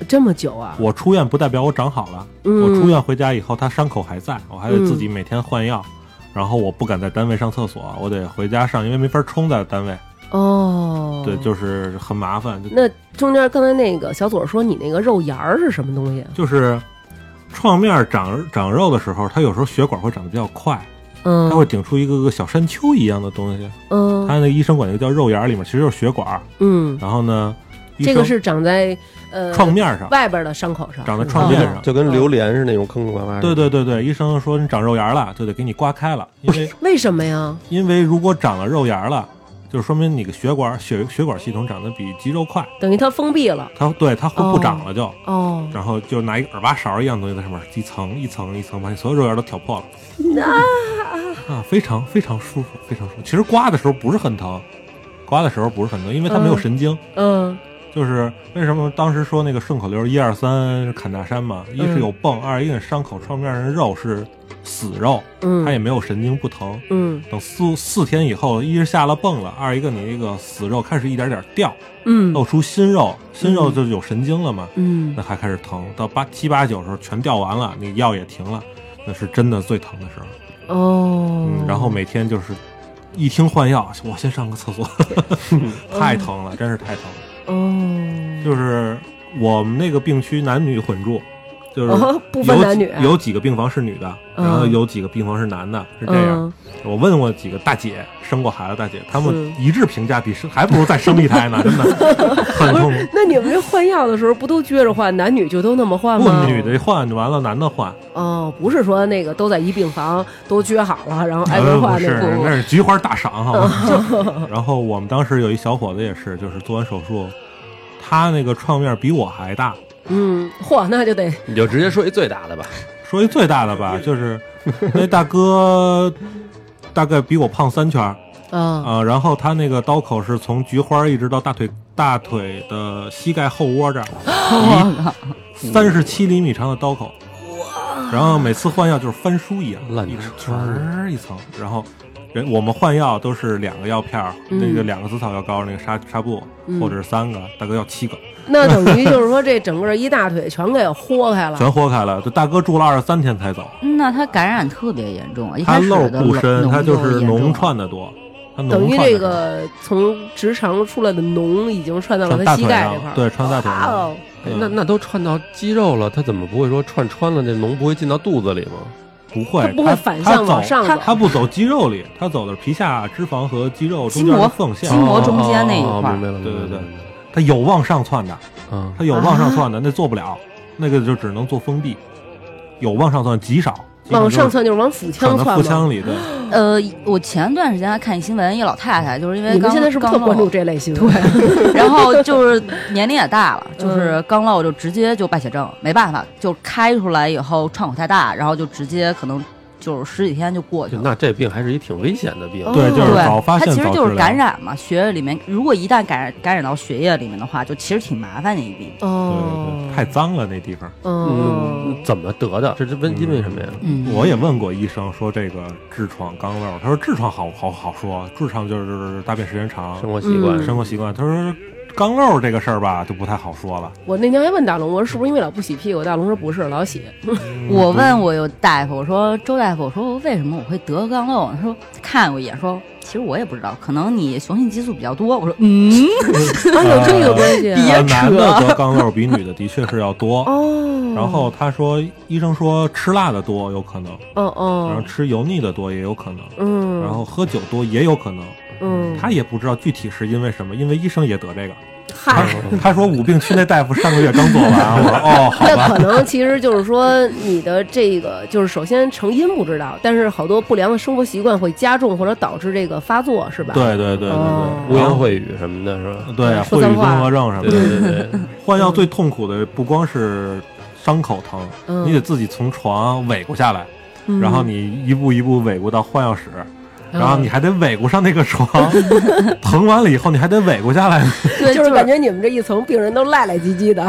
这么久啊？我出院不代表我长好了，嗯我出院回家以后，他伤口还在，我还得自己每天换药。然后我不敢在单位上厕所，我得回家上，因为没法冲在单位，哦，对，就是很麻烦。就那中间刚才那个小左说你那个肉芽儿是什么东西？啊就是创面长长肉的时候，它有时候血管会长得比较快，它嗯会顶出一个个小山丘一样的东西。它嗯那个医生管那个叫肉芽，里面其实就是血管。嗯，然后呢，医这生个是长在呃创面上，外边的伤口上，长在就创跟面嗯上。就跟榴莲是那种坑坑洼洼。对对对对，医生说你长肉芽了，就得给你刮开了，因为为什么呀？因为如果长了肉芽了，就说明你的血管血血管系统长得比肌肉快，等于它封闭了它对它会不长了就，哦，然后就拿一个耳挖勺一样东西在上面一层一层一层把你所有肉芽都挑破了。啊，非常非常舒服，非常舒服。其实刮的时候不是很疼，刮的时候不是很疼，因为它没有嗯神经。嗯就是为什么当时说那个顺口溜一二三砍大山嗯嘛，一是有泵，二一个伤口创面上的肉是死肉，嗯它也没有神经不疼。嗯等四四天以后，一是下了泵了，二一个你那个死肉开始一点点掉，嗯露出新肉，新肉就有神经了嘛，嗯那还开始疼。到八七八九的时候全掉完了，那个药也停了，那是真的最疼的时候。哦嗯，，然后每天就是一听换药，我先上个 厕所，太疼了，真是太疼了。哦，就是我们那个病区男女混住，就是哦不分有男几女啊有几个病房是女的，嗯然后有几个病房是男的，是这样。嗯我问过几个大姐生过孩子大姐，她们嗯一致评价比生还不如再生一胎 呢，真的很痛苦。那你们这换药的时候不都撅着换，男女就都那么换不吗？，女的换完了，男的换，哦，不是说那个都在一病房都撅好了，然后挨呃个不换那哦是，个。那是菊花大赏好吗？ 然后我们当时有一小伙子也是，就是做完手术，他那个创面比我还大，嗯，嚯，那就得你就直接说一最大的吧。说一最大的吧，就是那大哥大概比我胖三圈儿啊啊、然后他那个刀口是从菊花一直到大腿大腿的膝盖后窝这儿， 三十七厘米长的刀口。然后每次换药就是翻书一样，烂一直圈儿一层，然后。人我们换药都是两个药片儿，嗯那个两个紫草药膏，那个纱纱布，嗯或者是三个，大哥要七个，那等于就是说这整个一大腿全给豁开了。全豁开了。这大哥住了二十三天才走，嗯那他感染特别严重啊，一他开始漏的不深，脓他就就是严重脓了串的多，他脓等于串得这多个从直肠出来的脓已经串到了他穿大膝腿盖上这块儿。对，穿大腿哇上，哦，嗯那那都串到肌肉了，他怎么不会说串穿了这脓不会进到肚子里吗？不它会，不会反向往上他走走，他不走肌肉里，他走的是皮下脂肪和肌肉中间筋膜的缝线筋，膜中间那一哦哦哦块儿明白了，对明白了嗯对对明白了他有往上窜的，嗯，他有往上窜的，啊那做不了，那个就只能做封闭，有往上窜极少，往上窜窜就是往腹可腔能窜腹嘛。腔里对，呃，我前段时间还看一新闻，一老太太就是因为你们刚现在是不是刚特关漏注这类新闻？ 然后就是年龄也大了，嗯就是刚漏就直接就败血症，没办法，就开出来以后创口太大，然后就直接可能就是十几天就过去就了。那这病还是一挺危险的病。哦对，就是对早发它现其实早就治是疗感。染嘛，血液里面如果一旦感染感染到血液里面的话，就其实挺麻烦的一病。对哦对，对，太脏了那地方。哦嗯，，怎么得的？这这问因为什么呀？嗯，我也问过医生说这个痔疮肛瘘，他说痔疮好好好说，痔疮就是大便时间长，生活习惯嗯生活习惯。他说肛瘘这个事儿吧，就不太好说了。我那天还问大龙，我说是不是因为老不洗屁股？大龙说不是，老洗。啊嗯我问我有大夫，我说周大夫，我说为什么我会得肛瘘？他说看我一眼，说其实我也不知道，可能你雄性激素比较多。我说 嗯，啊，有这个关系啊。别呃男的扯得肛瘘比女的的确是要多。哦， 然后他说，医生说吃辣的多有可能，哦然后哦，吃油腻的多也有可能，嗯，然后喝酒多也有可能。嗯，他也不知道具体是因为什么，因为医生也得这个。他嗨， 他说五病区那大夫上个月刚做完，我说哦，好那吧。可能其实就是说你的这个就是首先成因不知道，但是好多不良的生活习惯会加重或者导致这个发作，是吧？对对对对哦对，污言秽语什么的，是吧？对啊，说秽脏语话综合症什么对对的。对 对，换药最痛苦的不光是伤口疼，嗯你得自己从床尾咕下来，嗯，然后你一步一步尾咕到换药室，嗯然后你还得尾咕上那个 床，疼完了以后你还得尾咕下来，对，就是是感觉你们这一层病人都赖赖唧唧的，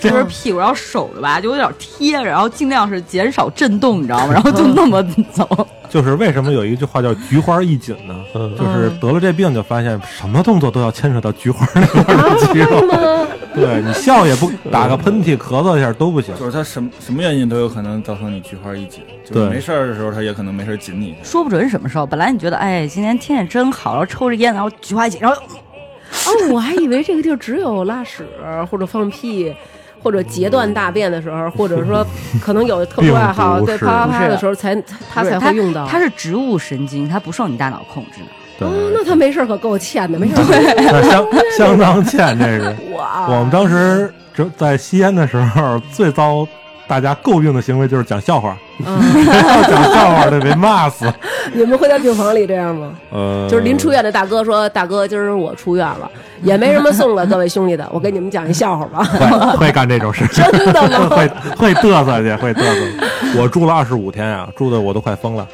就是屁股，然后手着吧，就有点贴着，然后尽量是减少震动，你知道吗？然后就那么走。就是为什么有一句话叫“菊花一紧”呢？嗯就是得了这病就发现什么动作都要牵扯到菊花那块儿的肌 肉，对你笑也不打个喷嚏、咳嗽一下都 不行。就是他什么什么原因都有可能造成你菊花一紧，就是对没事儿的时候他也可能没事儿紧你一下。说不准什么时候，本来你觉得哎，今天天气真好，然后抽着烟，然后菊花一紧，然后哦，我还以为这个地儿只有拉屎或者放屁。或者截断大便的时候，或者说可能有特殊爱好，并不对是啪啪啪不的是时候才他他才不是会用到。它是植物神经，它不受你大脑控制的。对，哦，那他没事儿可够欠的，没事儿。对，那相相当欠这是。啊我们当时只在西安的时候，最遭大家诟病的行为就是讲笑话， 讲笑话得被骂死。嗯你们会在病房里这样吗？呃，就是临出院的大哥说：“大哥，今儿我出院了，也没什么送了各位兄弟的，我给你们讲一笑话 吧。会会干这种事，真 的吗？会会嘚瑟去，会嘚瑟。我住了二十五天啊，住的我都快疯了。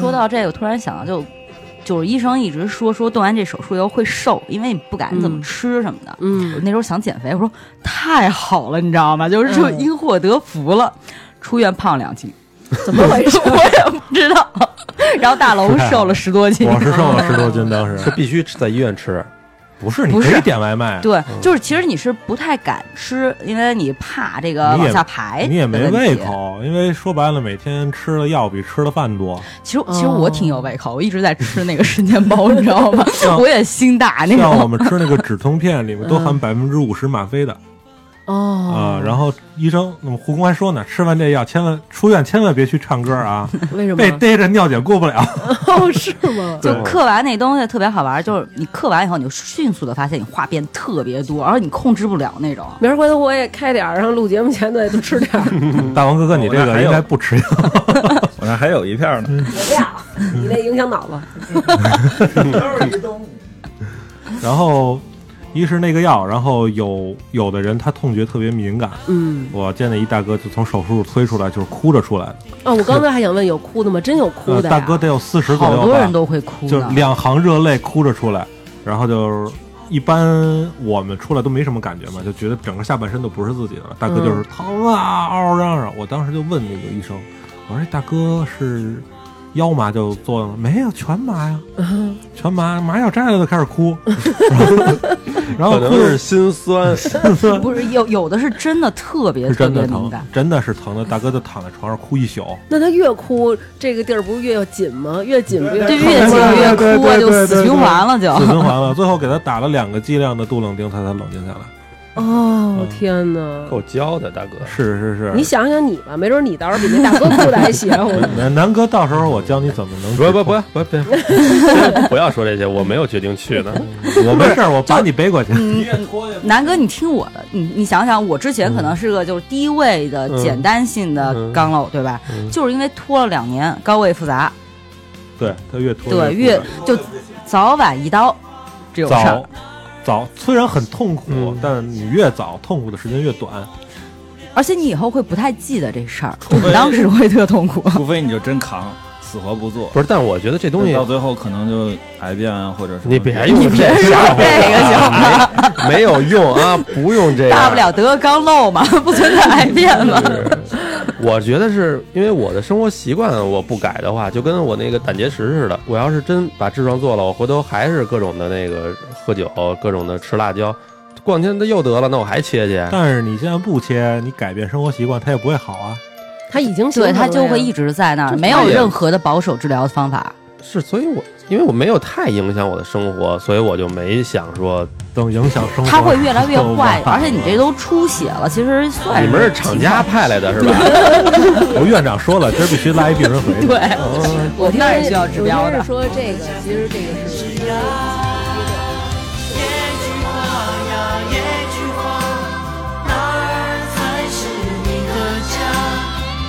说到这个，突然想到就。就是医生一直说说动完这手术以后会瘦，因为你不敢怎么吃什么的。嗯我那时候想减肥，我说太好了，你知道吗？就是就嗯因祸得福了，出院胖两斤， 怎么回事？ 我也不知道。 然后大楼瘦了十多斤，我是瘦了十多斤，当是时必须在医院吃，不是你不是可以点外卖，对，就是其实你是不太敢吃，因为你怕这个你往也下排，你也没胃。口，因为说白了，每天吃的药比吃的饭多。其实其实嗯我挺有胃口，我一直在吃那个生煎包，你知道吗？我也心大那像我种。们吃那个止痛片，里面都含百分之五十吗啡的，哦啊、然后医生，那么胡公还说呢，吃完这药千万出院千万别去唱歌 啊，为什被么？逮着尿检过不了。哦，是 吗？就对刻完那东西特别好玩，就是你刻完以后，你就迅速的发现你话变特别多，而你控制不了那种。明儿回头我也开点儿，然后录节目前的多吃点 儿。大王哥哥，你这哦我个那还有应该 不吃药，我那还有一片呢。不要，你那影响脑子。然后一是那个药，然后有有的人他痛觉特别敏感，嗯，我见那一大哥就从手术室推出来，就是哭着出来的，哦，我刚才还想问，有哭的吗？真有哭呃的、呀大哥得有四十左好右多吧，人都会哭就的，两行热泪哭着出来，然后就是一般我们出来都没什么感觉嘛，就觉得整个下半身都不是自己的了。大哥嗯就是疼啊，嗷嗷嚷嚷。我当时就问那个医生，我说这大哥是腰麻就做了吗？没有，全麻 呀，全麻，麻药摘了就开始哭，然后然可嗯能后哭是心酸，不是有有的是真的特别是特真别的敏疼感，，真的是疼的。大哥就躺在床上哭一 宿，那他越哭，这个地儿不是越要紧吗？越紧不越对疼越紧吗对越对哭啊，对就对死对循环了就。死循环了。最后给他打了两个剂量的杜冷丁，他才冷静下来。哦，天哪！嗯够教的大哥。是是是，你想想你吧，没准你到时候比那大哥哭的还 邪乎呢。南南哥，到时候我教你怎么能 不不止痛不不别，先 不要说这些，我没有决定去 呢。我没事儿，我把你背过去。 嗯南哥，你听我的，你你想想，我之前嗯可能是个就是低位的嗯简单性的刚漏，对吧？嗯就是因为拖了两年高位复杂，对他越拖对，越越复就早晚一刀，这种杂事儿早。早虽然很痛苦，嗯但你越早痛苦的时间越短。而且你以后会不太记得这事儿，你当时会特痛 苦。 除非你就真扛，死活不做，不是，但我觉得这东西到最后可能就癌变啊，或者什么。你别用这别说吓唬这个行我啊，没没有用啊，不用 这样。大不了得个肛瘘嘛， 不存在癌变嘛。我觉得是因为我的生活习惯我不改的话，就跟我那个胆结石似的。我要是真把痔疮做了，我回头还是各种的那个喝酒，各种的吃辣椒，过两天他又得了，那我还切去。但是你现在不切，你改变生活习惯，它也不会好啊。他已经形成对，了他呀就会一直在那儿，没有任何的保守治疗方法。是，所以我因为我没有太影响我的生活，所以我就没想说等影响生活，他会越来越 就完坏，了而且你这都出血了，其实算你是们是厂家派来的是吧？ 我院长说了，今儿必须拉一病人回去。对，我 我听那儿也需要治标的我听人。说这个，其实这个是野菊花呀，野菊花，哪儿才是你的家？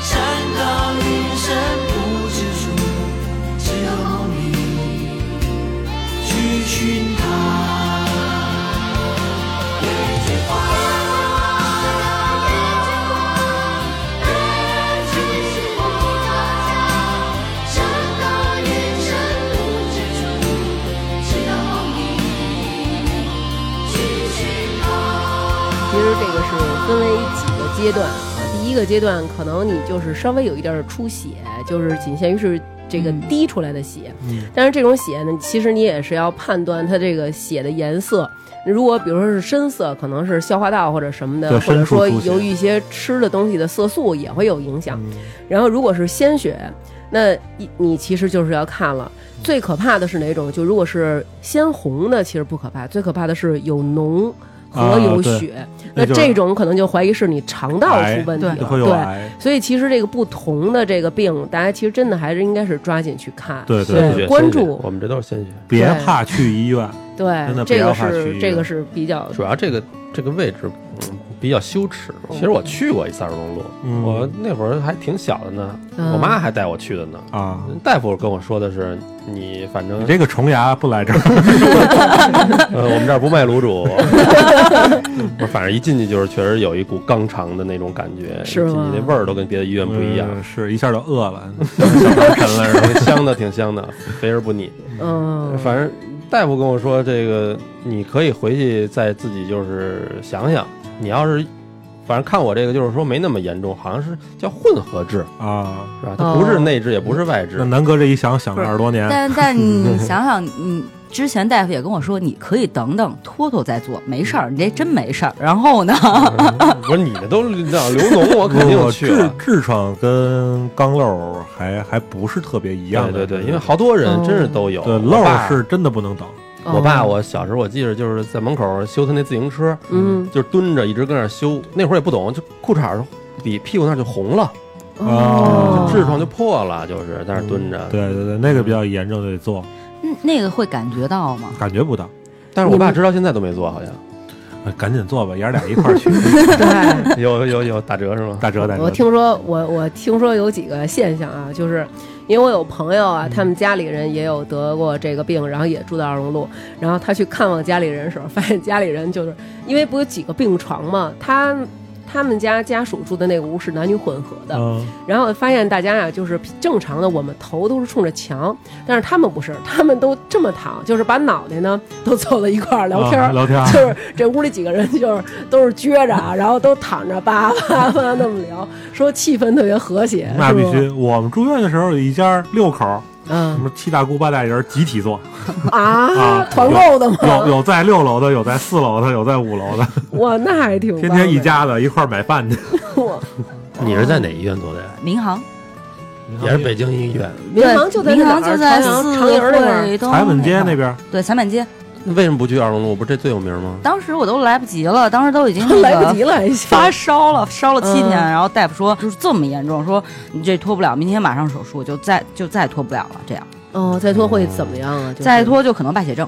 山高云深不知处，只有你去寻它。山高云深不知处，只有你去寻它。其实这个是分为几个阶段啊。第一个阶段，可能你就是稍微有一点儿出血，就是仅限于是这嗯个滴出来的血。但是这种血呢，其实你也是要判断它这个血的颜色。如果比如说是深色，可能是消化道或者什么的，对或者深处说出血嗯由于一些吃的东西的色素也会有影响。然后如果是鲜血，那你你其实就是要看了。嗯最可怕的是哪种？就如果是鲜红的，其实不可怕，最可怕的是有脓和啊有对血。那那就是这种可能就怀疑是你肠道出问题了，癌就会有癌。所以其实这个不同的这个病，大家其实真的还是应该是抓紧去看，对鲜血对，鲜血关注我们这都是鲜血。别对怕去医院，真对，的这不个要怕去医是院这个是比较主要这个这个位置、嗯、比较羞耻。其实我去过一次二龙路，嗯我那会儿还挺小的呢，嗯我妈还带我去的呢。啊。大夫跟我说的是，你反正你这个虫牙不来这儿，呃，我们这儿不卖卤煮。 我反正一进去就是确实有一股肛肠的那种感觉，是吗你那味儿都跟别的医院不一样，嗯是一下就饿 了。嗯沉了是吧？香的挺香的，肥而不腻。嗯，反正大夫跟我说，这个你可以回去再自己就是想想，你要是。反正看我这个就是说没那么严重，好像是叫混合痔，啊，是吧？它不哦是内痔，也不是外痔那，南哥这一想想不了是二十多年，但但你想想，你之前大夫也跟我说，你可以等等拖拖再做，没事儿，你这真没事儿。然后呢，嗯不是你的都是叫流脓，我肯定 我去了。痔痔疮跟肛瘘还还不是特别一样对的，对对，因为好多人真是都有。对我爸瘘是真的不能等，哦我爸，我小时候我记着就是在门口修他那自行车，嗯，就是蹲着一直跟那儿修。那会儿也不懂，就裤衩儿底屁股那儿就红了，嗯哦嗯痔疮就破了，就是在那儿蹲着。对对对，那个比较严重的得做， 嗯那个会感觉到吗？感觉不到，但是我爸直到现在都没做，好像哎赶紧做吧，爷儿俩一块 儿去，对。有有有打折是吗？打折打折。我听说，我我听说有几个现象啊，就是因为我有朋友嗯啊，他们家里人也有得过这个病，然后也住在二龙路，然后他去看望家里人的时候，发现家里人就是因为不有几个病床嘛，他他们家家属住的那个屋是男女混合的，嗯，然后发现大家啊，就是正常的，我们头都是冲着墙，但是他们不是，他们都这么躺，就是把脑袋呢都凑到一块儿聊天儿、啊 聊天儿就是这屋里几个人就是都是撅着啊，然后都躺着叭叭叭那么聊，说气氛特别和谐，那是必吗须。我们住院的时候，有一家六口儿，什嗯么七大姑八大姨儿集体做，啊啊，团购的有吗？有在六楼的，有在四楼的，有在五 楼的，哇，那还挺棒的哦天天一家子一块儿买饭去。哇你是在哪医院做的呀？民航，也是北京医院。民航就在民那航哪儿就在朝阳四朝阳那块儿惠东彩本街块那儿，边儿，对彩本街，那为什么不去二龙路？不是这最有名吗？当时我都来不及了，当时都已经 来不及了。了，还行发烧了，烧了七天，嗯然后大夫说就是这么严重，说你这拖不了，明天马上手术，就再就再拖不了了，这样哦，再拖会怎么样啊？就是再拖就可能败血症。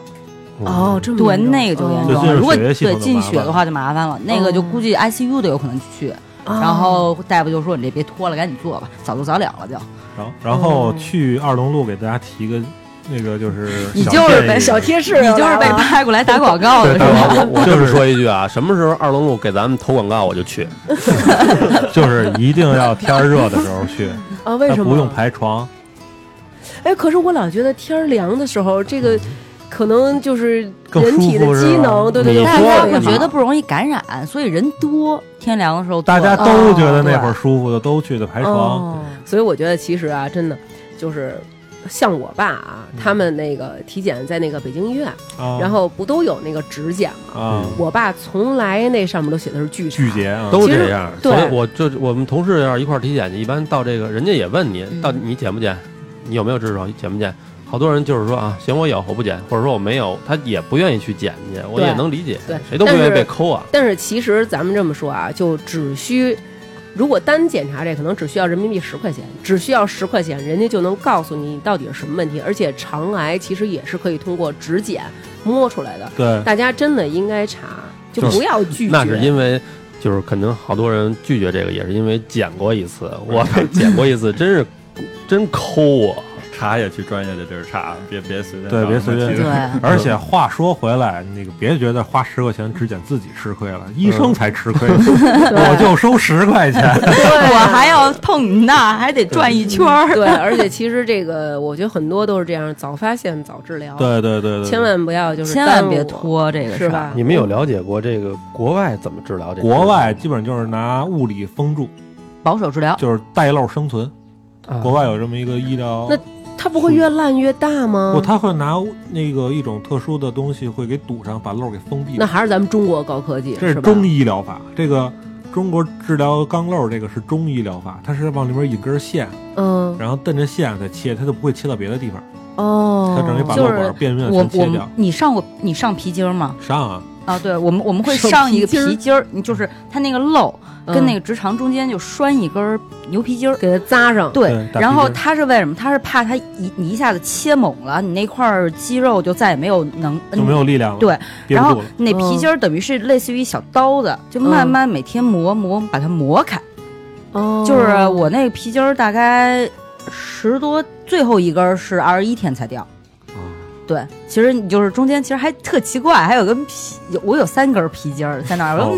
哦，嗯这么对，严重那个就严哦对重进了。入如果血液系统对就进麻血烦的话就麻烦了，那个嗯就估计 ICU 都有可能去。哦然后大夫就说：“你这别拖了，赶紧做吧，早做早了了就。然后然后去二龙路给大家提个那个就是你小就是建被议哎小贴士你又来了，就是被派过来打广告的是吧？哎我我就是说一句啊，什么时候二龙路给咱们投广告我就去。就是一定要天儿热的时候 去，啊？为它什么不用排床，哎，可是我老觉得天儿凉的时候，这个可能就是更人体舒的服是机吧能，对对你对，大说家了会你觉得不容易感染，所以人多，天凉的时候大家做啊都觉得那会儿舒服，就都去的排床。哦。所以我觉得其实啊，真的就是像我爸啊，嗯他们那个体检在那个北京医院，哦啊哦然后不都有那个指检吗？啊，我爸从来那上面都写的是拒查拒绝啊，都其实这样。对所以我就我们同事要是一块儿体检去，一般到这个人家也问你，嗯到底你检不检，你有没有痔疮，检不检？好多人就是说啊，行，我有，我不检，或者说我没有，他也不愿意去检去，我对也能理解对，谁都不但愿意是被抠啊。但是其实咱们这么说啊，就只需。如果单检查这，可能只需要人民币十块钱，只需要十块钱，人家就能告诉你到底是什么问题。而且肠癌其实也是可以通过指检摸出来的，对，大家真的应该查，就不要拒绝。那是因为。就是可能好多人拒绝这个，也是因为检过一次。我检过一次，真是真抠我。查也去专业的地儿查，别别随便对找别什么随便机对会 而且话说回来，那个别觉得花十块钱只检自己吃亏了，医生才吃 亏，我就收十块钱。 我还要碰你那，还得转一圈儿。对，而且其实这个我觉得很多都是这样，早发现早治疗， 对对对对，千万不要就是千万别耽误拖这个事是儿吧？你们有了解过这个国外怎么治疗这个？国外基本就是拿物理封住，保守治疗。就是带漏生存。啊国外有这么一个医疗，那它不会越烂越大吗？嗯不，他会拿那个一种特殊的东西会给堵上，把漏给封闭那。还是咱们中国高科技，这是吧中医疗法，这个中国治疗肛瘘这个是中医疗法，它是往里面引根线，嗯然后瞪着线再切，它就不会切到别的地方，哦，它等于把就瘘是管便便我全我切们掉。你上过你上皮筋儿吗？上啊，啊，对，我们我们会上上一皮个筋儿嗯皮筋儿，你就是它那个漏跟那个个直肠中间就拴一根儿牛皮筋儿。给它扎上，对对，大然皮后筋儿它是为什么？它是怕它一你一下子切猛了，你那块儿肌肉就再也没有能嗯就没有力量了，对，憋然不后住了。那皮筋儿嗯等于是类似于一小刀子，就慢慢每天磨磨，把它磨开。哦，就是我那个皮筋儿大概十多，最后一根儿是二十一天才掉。哦对，其实你就是中间其实还特奇怪，还有个皮，有我有三根儿皮筋儿在那儿，嗯哦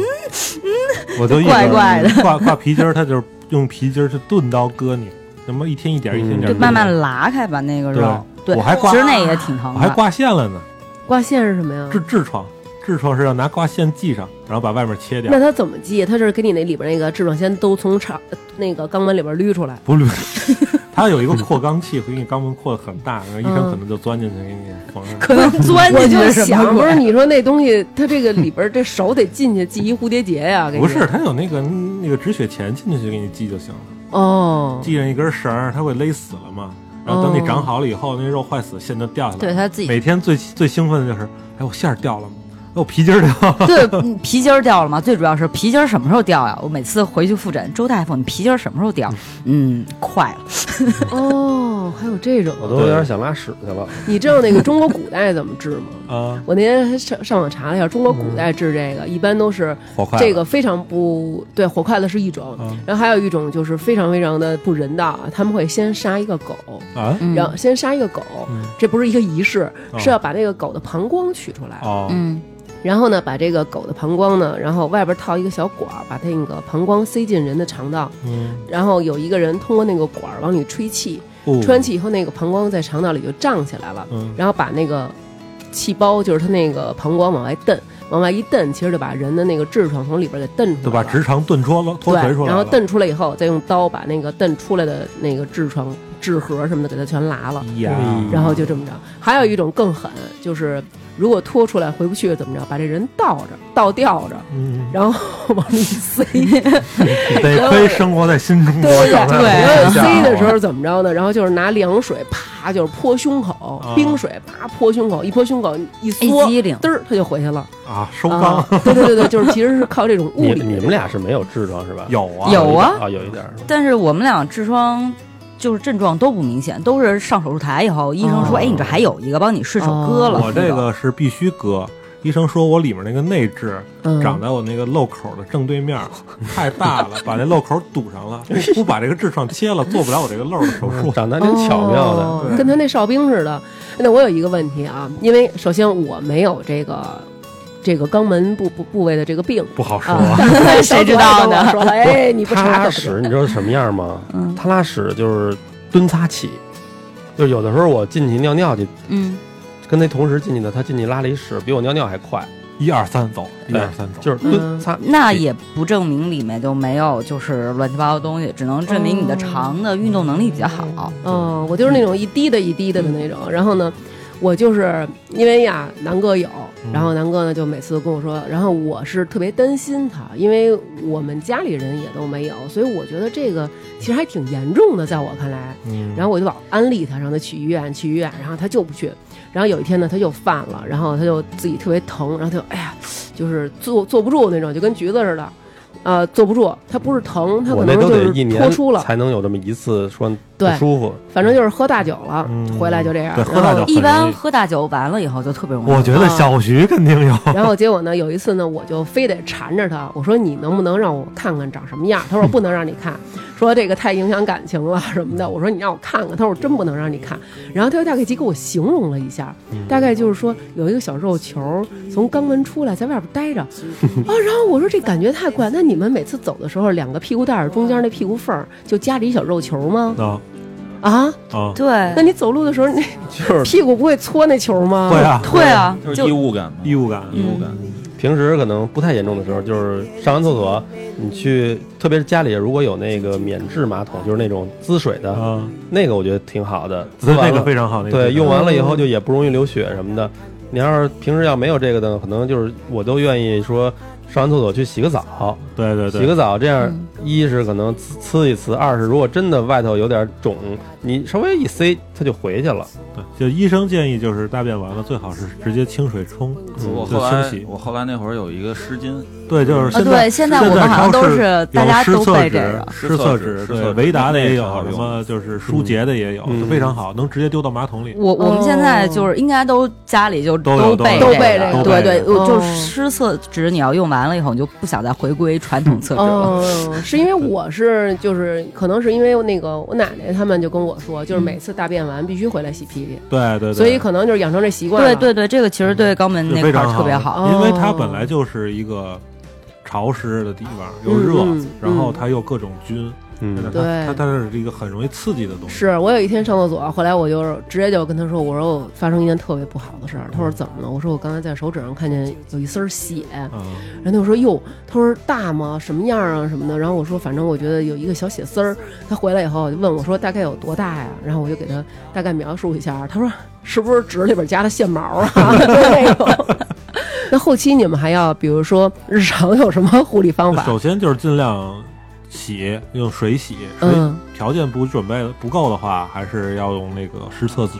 我就一怪直嗯怪的挂挂皮筋儿，它就是用皮筋儿去钝刀割你，那么一天一点儿一天一点儿就钝慢刀慢拉开吧那个肉。对，我还挂其实那也挺疼我的。还挂线了呢，挂线是什么呀？痔痔疮，痔疮是要拿挂线系上，然后把外面切掉那，它怎么系？它就是给你那里边那个痔疮先都从肠呃那个肛门里边捋出来。不 是，它有一个扩肛器，会给你肛门扩得很大，然后医生可能就钻进去给你缝上。可能钻 我进去就是什么想，鬼不是你说那东西，它这个里边这手得进去系一蝴蝶结呀？给你不是，它有那个那个止血钳进去就给你系就行了，哦，系上一根绳儿，它会勒死了嘛。然后等你长好了以后，那肉坏死，线就掉下来了。对它自己每天最最兴奋的就是，哎，我线儿掉了吗？哎，我皮筋儿掉 了吗。对，嗯皮筋儿掉了吗？最主要是皮筋儿什么时候掉呀？我每次回去复诊，周大夫，你皮筋儿什么时候掉？嗯，快了。哦，还有这种，我都有点想拉屎去了。你知道那个中国古代怎么治吗？ 啊，我那天还上上网查了一下，中国古代治这个、一般都是嗯火快了这个非常不对，火筷子是一种，嗯然后还有一种就是非常非常的不人道，啊，他们会先杀一个狗，啊，嗯然后先杀一个狗，嗯这不是一个仪式，哦是要把那个狗的膀胱取出来，哦，嗯，然后呢把这个狗的膀胱呢，然后外边套一个小管儿，把它那个膀胱塞进人的肠道，嗯，然后有一个人通过那个管儿往里吹气，哦吹完气以后那个膀胱在肠道里就胀起来了。嗯然后把那个气包，就是它那个膀胱往外蹬，往外一蹬，其实就把人的那个痔疮从里边给蹬出来了，就把直肠炖脱了，脱垂对出来然后了。蹬出来以后，再用刀把那个蹬出来的那个痔疮、痔核什么的给它全拉了，呀，然后就这么着。还有一种更狠，就是如果拖出来回不去怎么着，把这人倒着、倒吊着，嗯，然后往里 塞。得亏生活在新中国对，长在对然后国家塞的时候怎么着呢？然后就是拿凉水啪，就是泼胸口，啊冰水啪泼胸口，一泼胸口一缩，一激灵嘚儿它就回去了。啊，收啊缸，对对对对，就是其实是靠这种物你理的你们俩是没有痔疮是吧？有啊，有啊啊，有一点儿是吧。但是我们俩痔疮就是症状都不明显，都是上手术台以后，医生说：“哦哎，你这还有一个，帮你试手割了。我这个是必须割。医生说我里面那个内痔嗯长在我那个漏口的正对面儿，太大了，把那漏口堵上 了，不把这个痔疮切了，做不了我这个漏 的手术。长得还挺巧妙的，哦跟他那哨兵似的。那我有一个问题啊，因为首先我没有这个这个肛门部部部位的这个病。 不好说啊啊，， 但是谁知道小左呢跟我说了，哎，你不哦他查拉可屎，是你知道什么样吗？嗯他拉屎就是蹲擦起，就有的时候我进去尿尿去，”嗯，跟那同时进去的，他进去拉了一屎，比我尿尿还快，一二三走，一对二三走，就是嗯蹲擦。那也不证明里面就没有就是乱七八糟的东西，只能证明你的肠的运动能力比较好。嗯哦，我就是那种一滴的一滴的的那种。嗯然后呢，我就是因为呀，南哥有，嗯然后南哥呢就每次跟我说，然后我是特别担心他，因为我们家里人也都没有，所以我觉得这个其实还挺严重的，在我看来。嗯，然后我就老安利他，让他去医院，去医院，然后他就不去。然后有一天呢，他就犯了，然后他就自己特别疼，然后他就哎呀，就是坐坐不住那种，就跟橘子似的，呃，坐不住。他不是疼，他我可那能都就得一是年脱出了，才能有这么一次说不对舒服。反正就是喝大酒了，嗯回来就这样。对然喝大后酒一般喝大酒完了以后就特别容易。我觉得小徐肯定有，然后结果呢，有一次呢，我就非得缠着他，我说你能不能让我看看长什么样？他说不能让你看，说这个太影响感情了什么的。我说你让我看看，他说我真不能让你看。然后他又大概就给我形容了一下，嗯大概就是说有一个小肉球从肛门出来，在外边 待着啊。然后我说这感觉太怪，那你们每次走的时候，两个屁股蛋儿中间那屁股缝儿就夹着一小肉球吗？啊啊，啊，对那你走路的时候，那就是屁股不会搓那球吗？会啊，对啊，就是就嗯异物感嘛，异物感，异物感。平时可能不太严重的时候，就是上完厕所，你去，特别是家里如果有那个免治马桶，就是那种滋水的，啊，那个我觉得挺好的。滋完那了个非常好，那个嗯对，非常用好完了以后就也不容易流血什么的。你要是平时要没有这个的，可能就是我都愿意说上完厕所去洗个澡，对对对，洗个澡，这样一是可能呲呲一呲，二是如果真的外头有点肿，你稍微一塞它就回去了。对，就医生建议就是大便完了最好是直接清水冲，我后嗯就清来洗。我后来那会儿有一个湿巾，对，就是啊，现在对，现在我们好像都是大家都在背这个。湿湿厕厕纸纸、湿对厕纸维达的也有那个，好什用么就是舒洁的也有，嗯都非常好，能直接丢到马桶嗯里。我我们现在就是应该都家里就都有备都有这都个，备对这对，个我就哦是湿厕纸你要用完了以后，你就不想再回归传嗯 统厕纸了。哦，是因为我是就是可能是因为那个我奶奶他们就跟我说，就是每次大便完必须回来洗屁屁，对嗯对对，所以可能就是养成这习惯对了。对对，这个其实对肛门是那非块常儿特别好。哦好因为它本来就是一个潮湿的地方，又热，嗯嗯然后它又各种菌，嗯它，对它它是一个很容易刺激的东西。是我有一天上厕所，后来我就是直接就跟他说，我说我发生一件特别不好的事儿。他嗯说怎么了？我说我刚才在手指上看见有一丝儿血，啊，然后他就说哟，他说大吗？什么样啊什么的。然后我说反正我觉得有一个小血丝儿。他回来以后就问我说大概有多大呀？然后我就给他大概描述一下。他说是不是纸里边夹的线毛啊？ 就是那种。 那后期你们还要比如说日常有什么护理方法？首先就是尽量洗，用水洗，水嗯条件不准备不够的话，还是要用那个湿厕纸。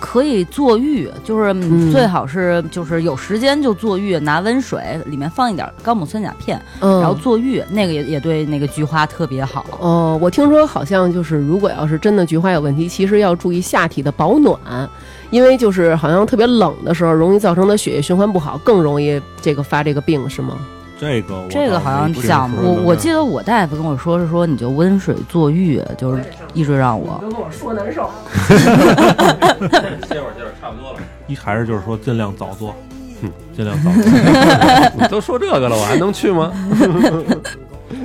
可以坐浴，就是嗯最好是就是有时间就坐浴，拿温水里面放一点高锰酸钾片，嗯然后坐浴，那个也也对那个菊花特别好。哦，我听说好像就是，如果要是真的菊花有问题，其实要注意下体的保暖，因为就是好像特别冷的时候，容易造成的血液循环不好，更容易这个发这个病，是吗？这个我这个好像倒是讲不是我很我记得我大夫跟我说是说你就温水坐浴，就是一直让我跟我说难受。歇会儿，歇会儿，差不多了。一还是就是说尽量早做，嗯，尽量早做。 你都说这个了，我还能去吗？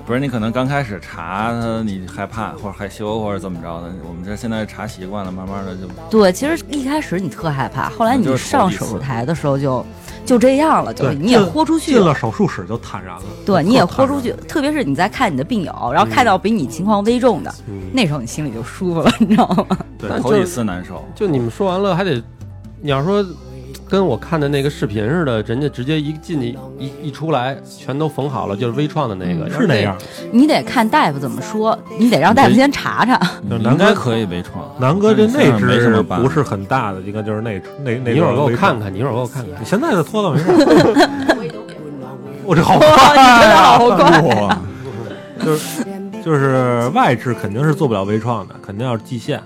不是，你可能刚开始查他，你害怕或者害羞或者怎么着的。我们这现在查习惯了，慢慢的就对，其实一开始你特害怕，后来你就是头上几次手术台的时候就就这样了，就是对，你也进豁出去进了手术室就坦然了。对，你也豁豁出去，特别是你在看你的病友，然后嗯看到比你情况危重的，那时候你心里就舒服了， 你知道吗？对头几次难受。就你们说完了，还得，你要说跟我看的那个视频似的，人家直接一进去一一出来，全都缝好了，就是微创的那个，是那样。你得看大夫怎么说，你得让大夫先查查。南哥可以微创，南哥这内没什痔么办不是很大的，应该就是内痔内内。你一会儿给我看看，你一会儿给我看看。你现在就脱了没事。我这好快，哇你这好快哇就是就是外痔肯定是做不了微创的，肯定要制线。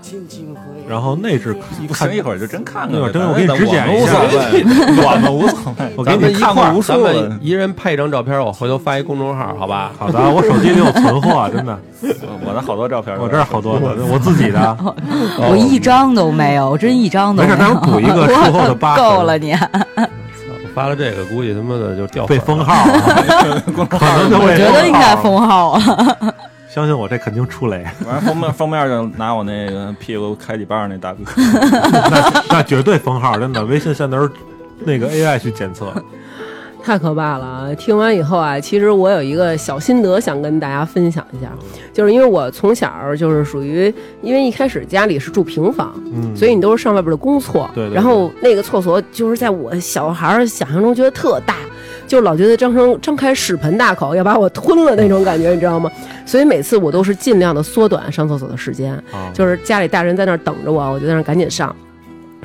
然后内痔一不看行，一会儿就真看一看会呗。儿真我给你指咱检们一无下所谓，我们无所谓。 我给咱们你一看块过儿，无咱数们了。一人拍一张照片，我回头发一公众号，好吧？好的，我手机里有存货，真的。我的好多照片，我这儿好多，我我自己的。我一张都没有，我真一张都哦没事有。待会儿补一 个术后的疤痕够了你。我 发了这个，估计他妈的就掉被封号了哦 可能就我会觉得应该封号啊。 相信我，这肯定出雷， 完封面封面就拿我那个屁股开几瓣儿那大哥，那绝对封号，真的。微信现在都是那个 AI 去检测，太可怕了！啊！听完以后啊，其实我有一个小心得想跟大家分享一下，就是因为我从小就是属于，因为一开始家里是住平房，嗯所以你都是上外边的公厕，对对对然后那个厕所就是在我小孩儿想象中觉得特大，就老觉得张成张开屎盆大口要把我吞了那种感觉，你知道吗？所以每次我都是尽量的缩短上厕所的时间，啊嗯哦就是家里大人在那儿等着我，我就在那儿赶紧上。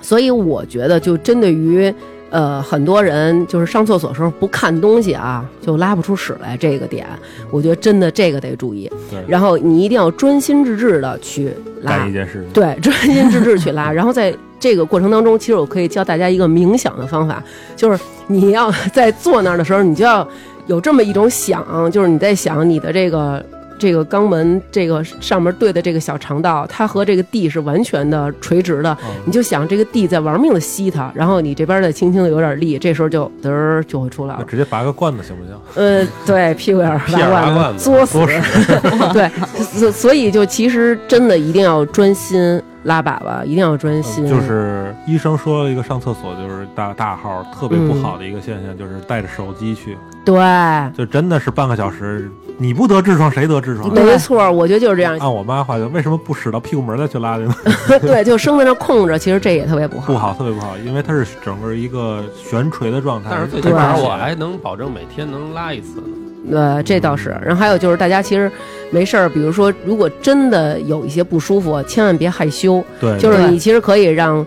所以我觉得，就针对于呃很多人就是上厕所的时候不看东西啊，就拉不出屎来这个点，我觉得真的这个得注意。然后你一定要专心致志的去拉干一件事情。对，专心致志去拉。然后在这个过程当中，其实我可以教大家一个冥想的方法，就是你要 在坐那儿的时候，你就要有这么一种想，就是你在想你的这个。这个肛门这个上面对的这个小肠道，它和这个地是完全的垂直的，你就想这个地在玩命的吸它，然后你这边再轻轻的有点力，这时候就嘚儿就会出来了那。直接拔个罐子行不行？呃，对，屁股眼儿屁眼拉儿拉罐罐子，子作死作死。 对，所所以就其实真的一定要专心拉粑粑，一定要专心。嗯就是医生说了一个上厕所就是大大号特别不好的一个现象，就是带着手机去，对，就真的是半个小时，你不得痔疮谁得痔疮啊？没错，我觉得就是这样。按我妈话讲，为什么不使到屁股门儿再去拉去呢？对，就生在那儿空着，其实这也特别不好。不好，特别不好，因为它是整个一个悬垂的状态。但是最起对。码我还能保证每天能拉一次呢。呃，这倒是。然后还有就是，大家其实没事儿，比如说，如果真的有一些不舒服，千万别害羞。对就是你其实可以让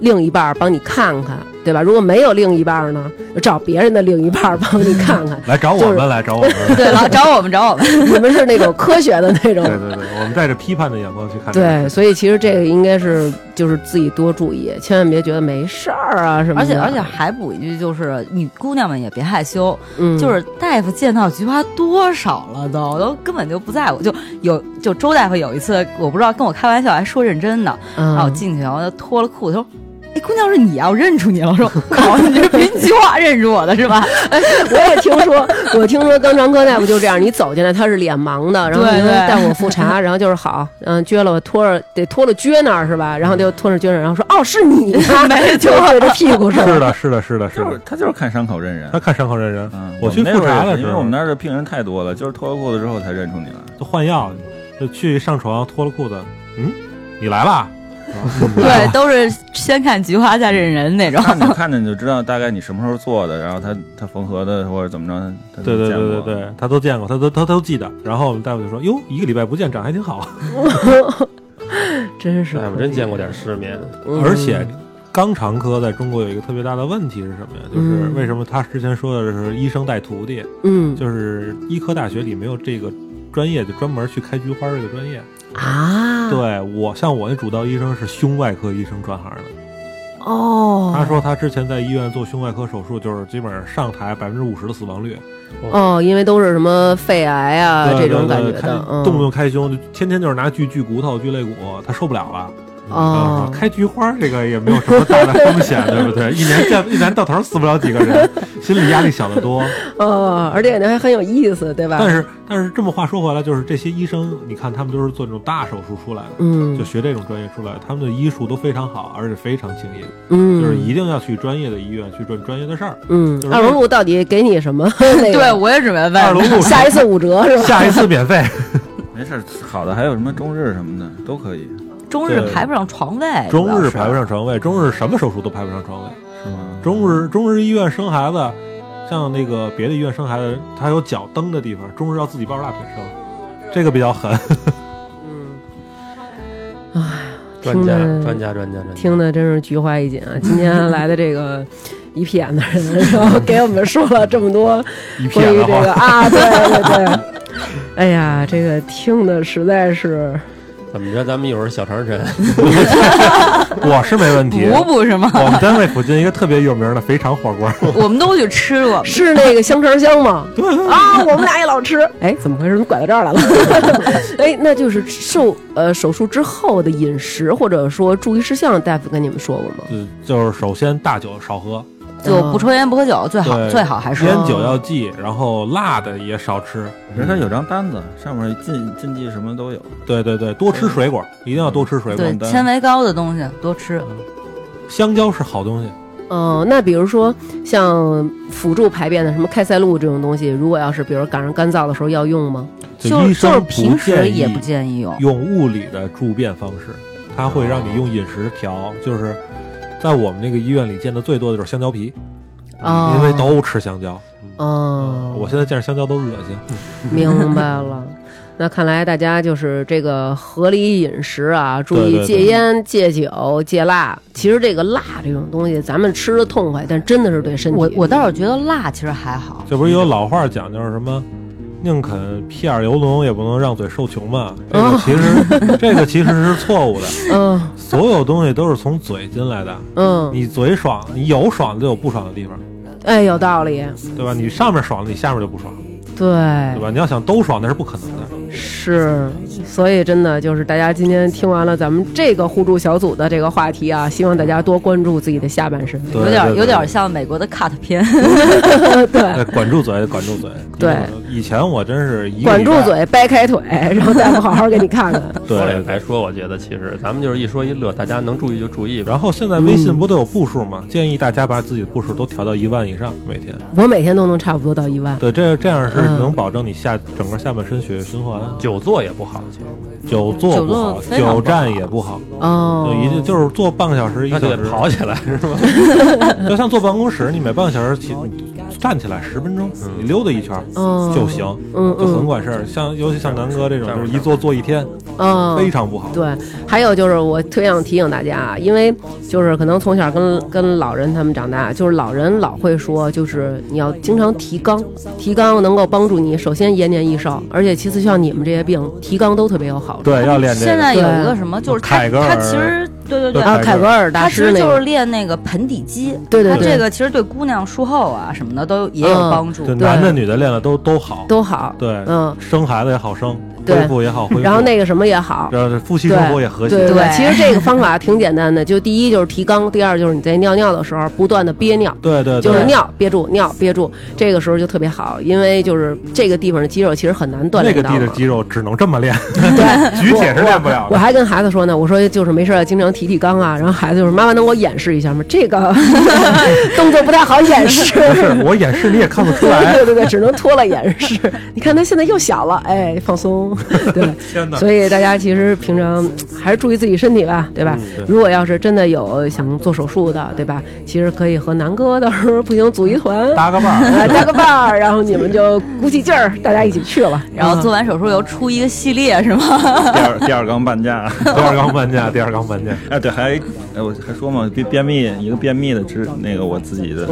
另一半儿帮你看看，对吧？如果没有另一半儿呢，找别人的另一半儿帮你看看来找我们，来找我们，对来找我们，找 我们。你们是那种科学的那种。对对对，我们带着批判的眼光去看这个事。对，所以其实这个应该是就是自己多注意，千万别觉得没事儿啊什么的。而且而且还补一句，就是你姑娘们也别害羞，嗯就是大夫见到菊花多少了都，都根本就不在乎。就有就周大夫有一次，我不知道跟我开玩笑，还说认真的，嗯然后我进去，然后就脱了裤子，他说。哎，姑娘是你啊！我认出你了。我说， 靠，你这凭菊花啊认出我的是吧？哎，我也听 说，我听说肛肠科大夫就这样，你走进来他是脸盲的，然后对你说对带我复 查，然后就是好，嗯，撅了我拖着得拖着撅那儿是吧？然后就拖着撅那儿，然后说哦是你啊， 就对着屁 股是的，是的，是的，是的，他就是看伤口认人。他看伤口认人。嗯我去们那复会儿查也的时是因为我候们，那儿的病人太多了，就是脱了裤子之后才认出你来。就换药，就去上床脱了裤子，嗯，你来啦，对，都是先看菊花再认人那种。看着看着你就知道大概你什么时候做的，然后它它缝合的或者怎么着，它对对它见对对过对，他都见过，他都他都记得。然后我们大夫就说：“哟，一个礼拜不见，长得还挺好。真是嗯哎，我真见过点世面。”而且，肛肠科在中国有一个特别大的问题是什么呀？就是嗯为什么他之前说的是医生带徒弟，嗯就是医科大学里没有这个专业，就专门去开菊花这个专业。啊，对我，像我那主刀医生是胸外科医生转行的。哦，他说他之前在医院做胸外科手术，就是基本上上台百分之五十的死亡率，哦，因为都是什么肺癌啊对这种对感对觉开的，嗯动不动开胸，就天天就是拿锯锯骨头、锯肋骨，他受不了了。啊哦，开菊花这个也没有什么大的风险，对不 对？一年见一年到头死不了几个人，心理压力小得多。哦，而且呢还很有意思，对吧？但是但是这么话说回来，就是这些医生，你看他们都是做这种大手术出来的，嗯就学这种专业出来的，他们的医术都非常好，而且非常敬业，嗯，就是一定要去专业的医院去做专业的事儿。嗯就，是二龙路到底给你什 么？那 对，个我也准备问。二龙路下一次五折是吧？下一次免 费，没事儿，好的还有什么中日什么的都可以，嗯中日排不上床位，啊中主要日是排不上床位，中日什么手术都排不上床位。是吗？中日中日医院生孩子，像那个别的医院生孩子，他有脚蹬的地方，中日要自己抱着大腿生，这个比较狠。嗯，专家专家专家专家，听的真是菊花一紧 啊！今天来的这个一屁眼的人，然后给我们说了这么 多一屁关眼于的这个话，啊，对对对，哎呀，这个听的实在是怎么着？咱们一会儿小长城我是没问题。补补是吗？我们单位附近一个特别有名的肥肠 火锅，我们都去吃过，是那个香肠香 吗？对啊，我们俩也老吃。哎，怎么回事？怎么拐到这儿来了？ 哎，那就是受呃手术之后的饮食或者说注意事项，大夫跟你们说过吗？就就是首先大酒少喝，就不抽烟不喝酒最好，对最好还是烟酒要忌，然后辣的也少吃。嗯人家有张单子，上面禁禁忌什么都 有。对对对，多吃水果，一定要多吃水果对。单纤维高的东西多吃。香蕉是好东西，哦、那比如说像辅助排便的什么开塞露这种东西，如果要是比如赶上干燥的时候要用吗？就医是就是生平时建也议不建议用，用物理的助便方式，它会让你用饮食调，就是在我们那个医院里见的最多的就是香蕉皮，哦，啊因为都吃香蕉。哦，我现在见着香蕉都恶心。嗯 明白了。那看来大家就是这个合理饮食啊，注对意对戒烟、戒酒、戒辣。其实这个辣这种东西，咱们吃的痛快，但真的是对身体。我我倒是觉得辣其实还好，这不是有老话讲究是什么？宁肯屁眼流脓，也不能让嘴受穷嘛。这哦个其实， 这个其实是错误的。嗯所有东西都是从嘴进来的。嗯，你嘴爽，你有爽的就有不爽的地方，哎，有道理，对吧？你上面爽了，你下面就不爽，对哎对，吧？你要想都爽，那是不可能的。是，所以真的就是大家今天听完了咱们这个互助小组的这个话题啊，希望大家多关注自己的下半身。对有点对对有点像美国的 cut 片，对，呃管住嘴，管住 嘴。呃对，以前我真是一个管礼住拜，嘴，掰开腿，然后大夫好好给你看看。 对对说了也对白说，我觉得其实咱们就是一说一乐，大家能注意就注 意吧。然后现在微信不都有步数吗？建议大家把自己的步数都调到一万以上每天。我每天都能差不多到一万。对，这这样是嗯能保证你下整个下半身血液循环。久坐也不好，其实久坐不好，久坐非常不好久站也不好，哦就，一定就是坐半个小时一那个小就得时，跑起来是吧？ 就像坐办公室，你每半个小时起站起来十分钟，嗯你溜达一圈儿哦就行，嗯就很嗯管事儿。像尤其像南哥这种，就是一坐坐一天，哦，非常不好。对，还有就是我特想提醒大家啊，因为就是可能从小跟跟老人他们长大，就是老人老会说，就是你要经常提纲，提纲能够帮助你首先延年益寿，而且其次像你们这些病，提纲都特别有好处。对，要练这现个。在有一个什么就是他凯格尔他其实对对对，啊，凯格尔他大其师实那就是个，练那个盆底肌，对对他这对，个其实对姑娘术后啊什么的都也有嗯帮助就。男的女的练了都都好，都好。对，嗯，生孩子也好生，对恢复也好恢复，然后那个什么也好。然后夫妻生活也和谐对。对其实这个方法挺简单的，就第一就是提纲，第二就是你在尿尿的时候不断的憋尿，对对，对就是尿憋住，尿憋住，这个时候就特别好，因为就是这个地方的肌肉其实很难锻那炼个到嘛。地的肌肉只能这么练， 对，举铁是练不了我的。还跟孩子说呢，我说就是没事儿经常提提纲啊，然后孩子就是妈妈能给我演示一下吗？这 个动作不太好演示。不是，我演示你也看不出来。对对对，只能拖了演示。你看他现在又小了，哎，放松。 对， 天哪！所以大家其实平常还是注意自己身体吧，对吧？嗯如果要是真的有想做手术的，对吧？其实可以和南哥到时候 不行组一团，搭个伴啊，搭个伴儿，然后你们就鼓起劲儿，大家一起去了。然后做完手术又出一个系列是 吗？第二第二缸半价。第二缸半价，第二缸半价。哎，对，还哎，我还说嘛，便便秘一个便秘的知那个我自己的，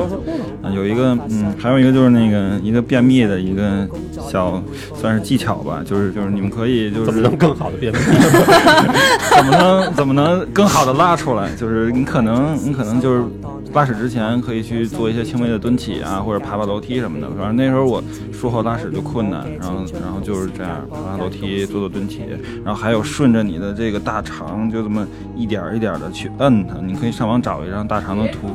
啊，有一个嗯，还有一个就是那个一个便秘的一个小算是技巧吧，就是就是你们可以就 是怎么能更好的变秘？怎么能怎么能更好的拉出来？就是你可能嗯你可能就是拉屎之前可以去做一些轻微的蹲起啊，或者爬爬楼梯什么的。反正那时候我术后拉屎就困难，然后然后就是这样爬爬楼梯，做做蹲起，然后还有顺着你的这个大肠就这么一点儿一点的去摁它。你可以上网找一张大肠的图。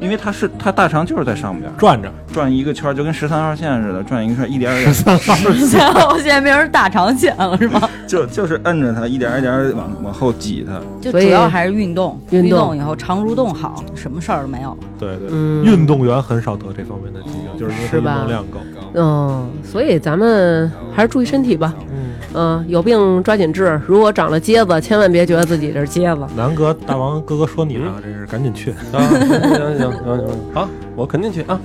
因为它是它大肠就是在上边儿转着，转一个圈儿，就跟十三号线似的，转一个圈儿，一点儿一点儿然后现在变成大肠线了是吗？就就是摁着它，一点儿一点儿往往后挤它。就所主以要还是运动，运动运动以后肠蠕动好，什么事儿都没有。对对，嗯运动员很少得这方面的疾病，就是因为他是运吧动量高。嗯，所以咱们还是注意身体吧。嗯，嗯，有病抓紧治。如果长了疖子，千万别觉得自己这是疖 子。南哥，大王哥哥说你嗯呢，这是赶紧去，啊，行行行行行，好，我肯定去啊。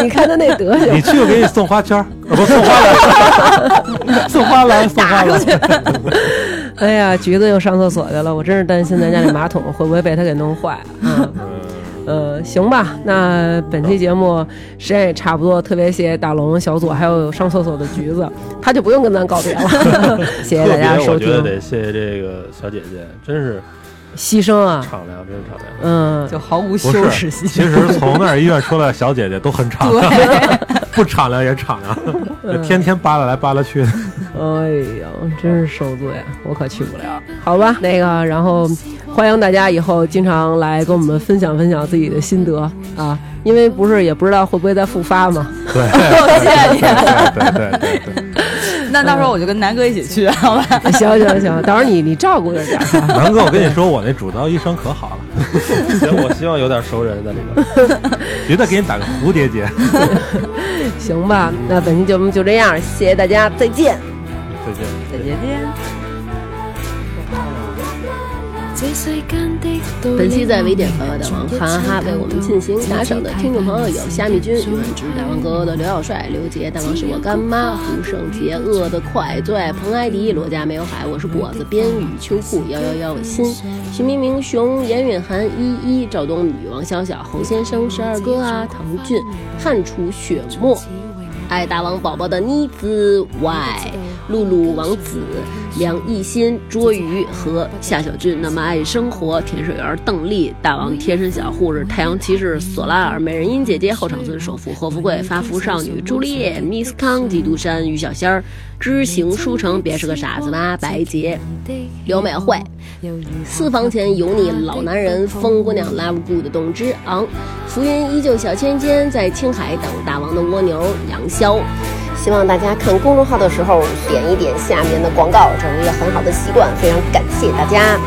你看他那德行你，去我给你送花圈儿，啊不送花篮， 送花篮，送花篮。 哎呀，橘子又上厕所去了，我真是担心咱家那马桶会不会被他给弄坏了。嗯，呃，行吧，那本期节目时间也差不多，特别谢谢大龙、小左还有上厕所的橘子，他就不用跟咱告别了。 谢谢特大家别，收我觉得听，得谢谢这个小姐姐，真是牺牲啊，敞亮，真是敞亮。嗯，就毫无不羞耻是，心。 其实从那儿医院出来的小姐姐都很敞亮，不敞亮也敞亮，天天扒拉来扒拉去的。哎呀，真是受罪，啊我可去不了。好吧，那个，然后欢迎大家以后经常来跟我们分享分享自己的心得啊，因为不是也不知道会不会再复发嘛。 对，谢谢对对对对对。你，那到时候我就跟南哥一 起去，好吧？啊行行行，到时候你你照顾着点儿啊。南哥，我跟你说，我那主刀医生可好了，行，我希望有点熟人在里边。别再给你打个蝴蝶结。行吧，那本期节目就这样，谢谢大家，再见。再见。再见。本期在维点发发的王涵哈为我们进行打赏的听众朋友有虾米君、宇智大王哥哥的刘小帅、刘杰、大王是我干妈、胡胜杰、饿得快醉、彭艾迪、罗家没有海、我是果子、边雨、秋裤、幺幺幺、心、徐明明、熊、严允涵、依依、赵冬雨、王小小、侯先生、十二哥啊、唐俊、汉楚、雪沫。爱大王宝宝的妮子 Y、露露王子、梁艺欣、捉鱼和夏小俊那么爱生活、甜水员邓丽、大王贴身小护士、太阳骑士索拉尔、美人音姐姐、后场村首富何富贵、发福少女朱丽叶、Miss 康、基督山、于小仙儿、知行书城、别是个傻子吧、白洁、刘美惠、私房钱有你老男人、疯姑娘、Love Good、董之昂、浮云依旧小圈圈，在青海等大王的蜗牛杨潇。希望大家看公众号的时候点一点下面的广告，这是一个很好的习惯，非常感谢大家。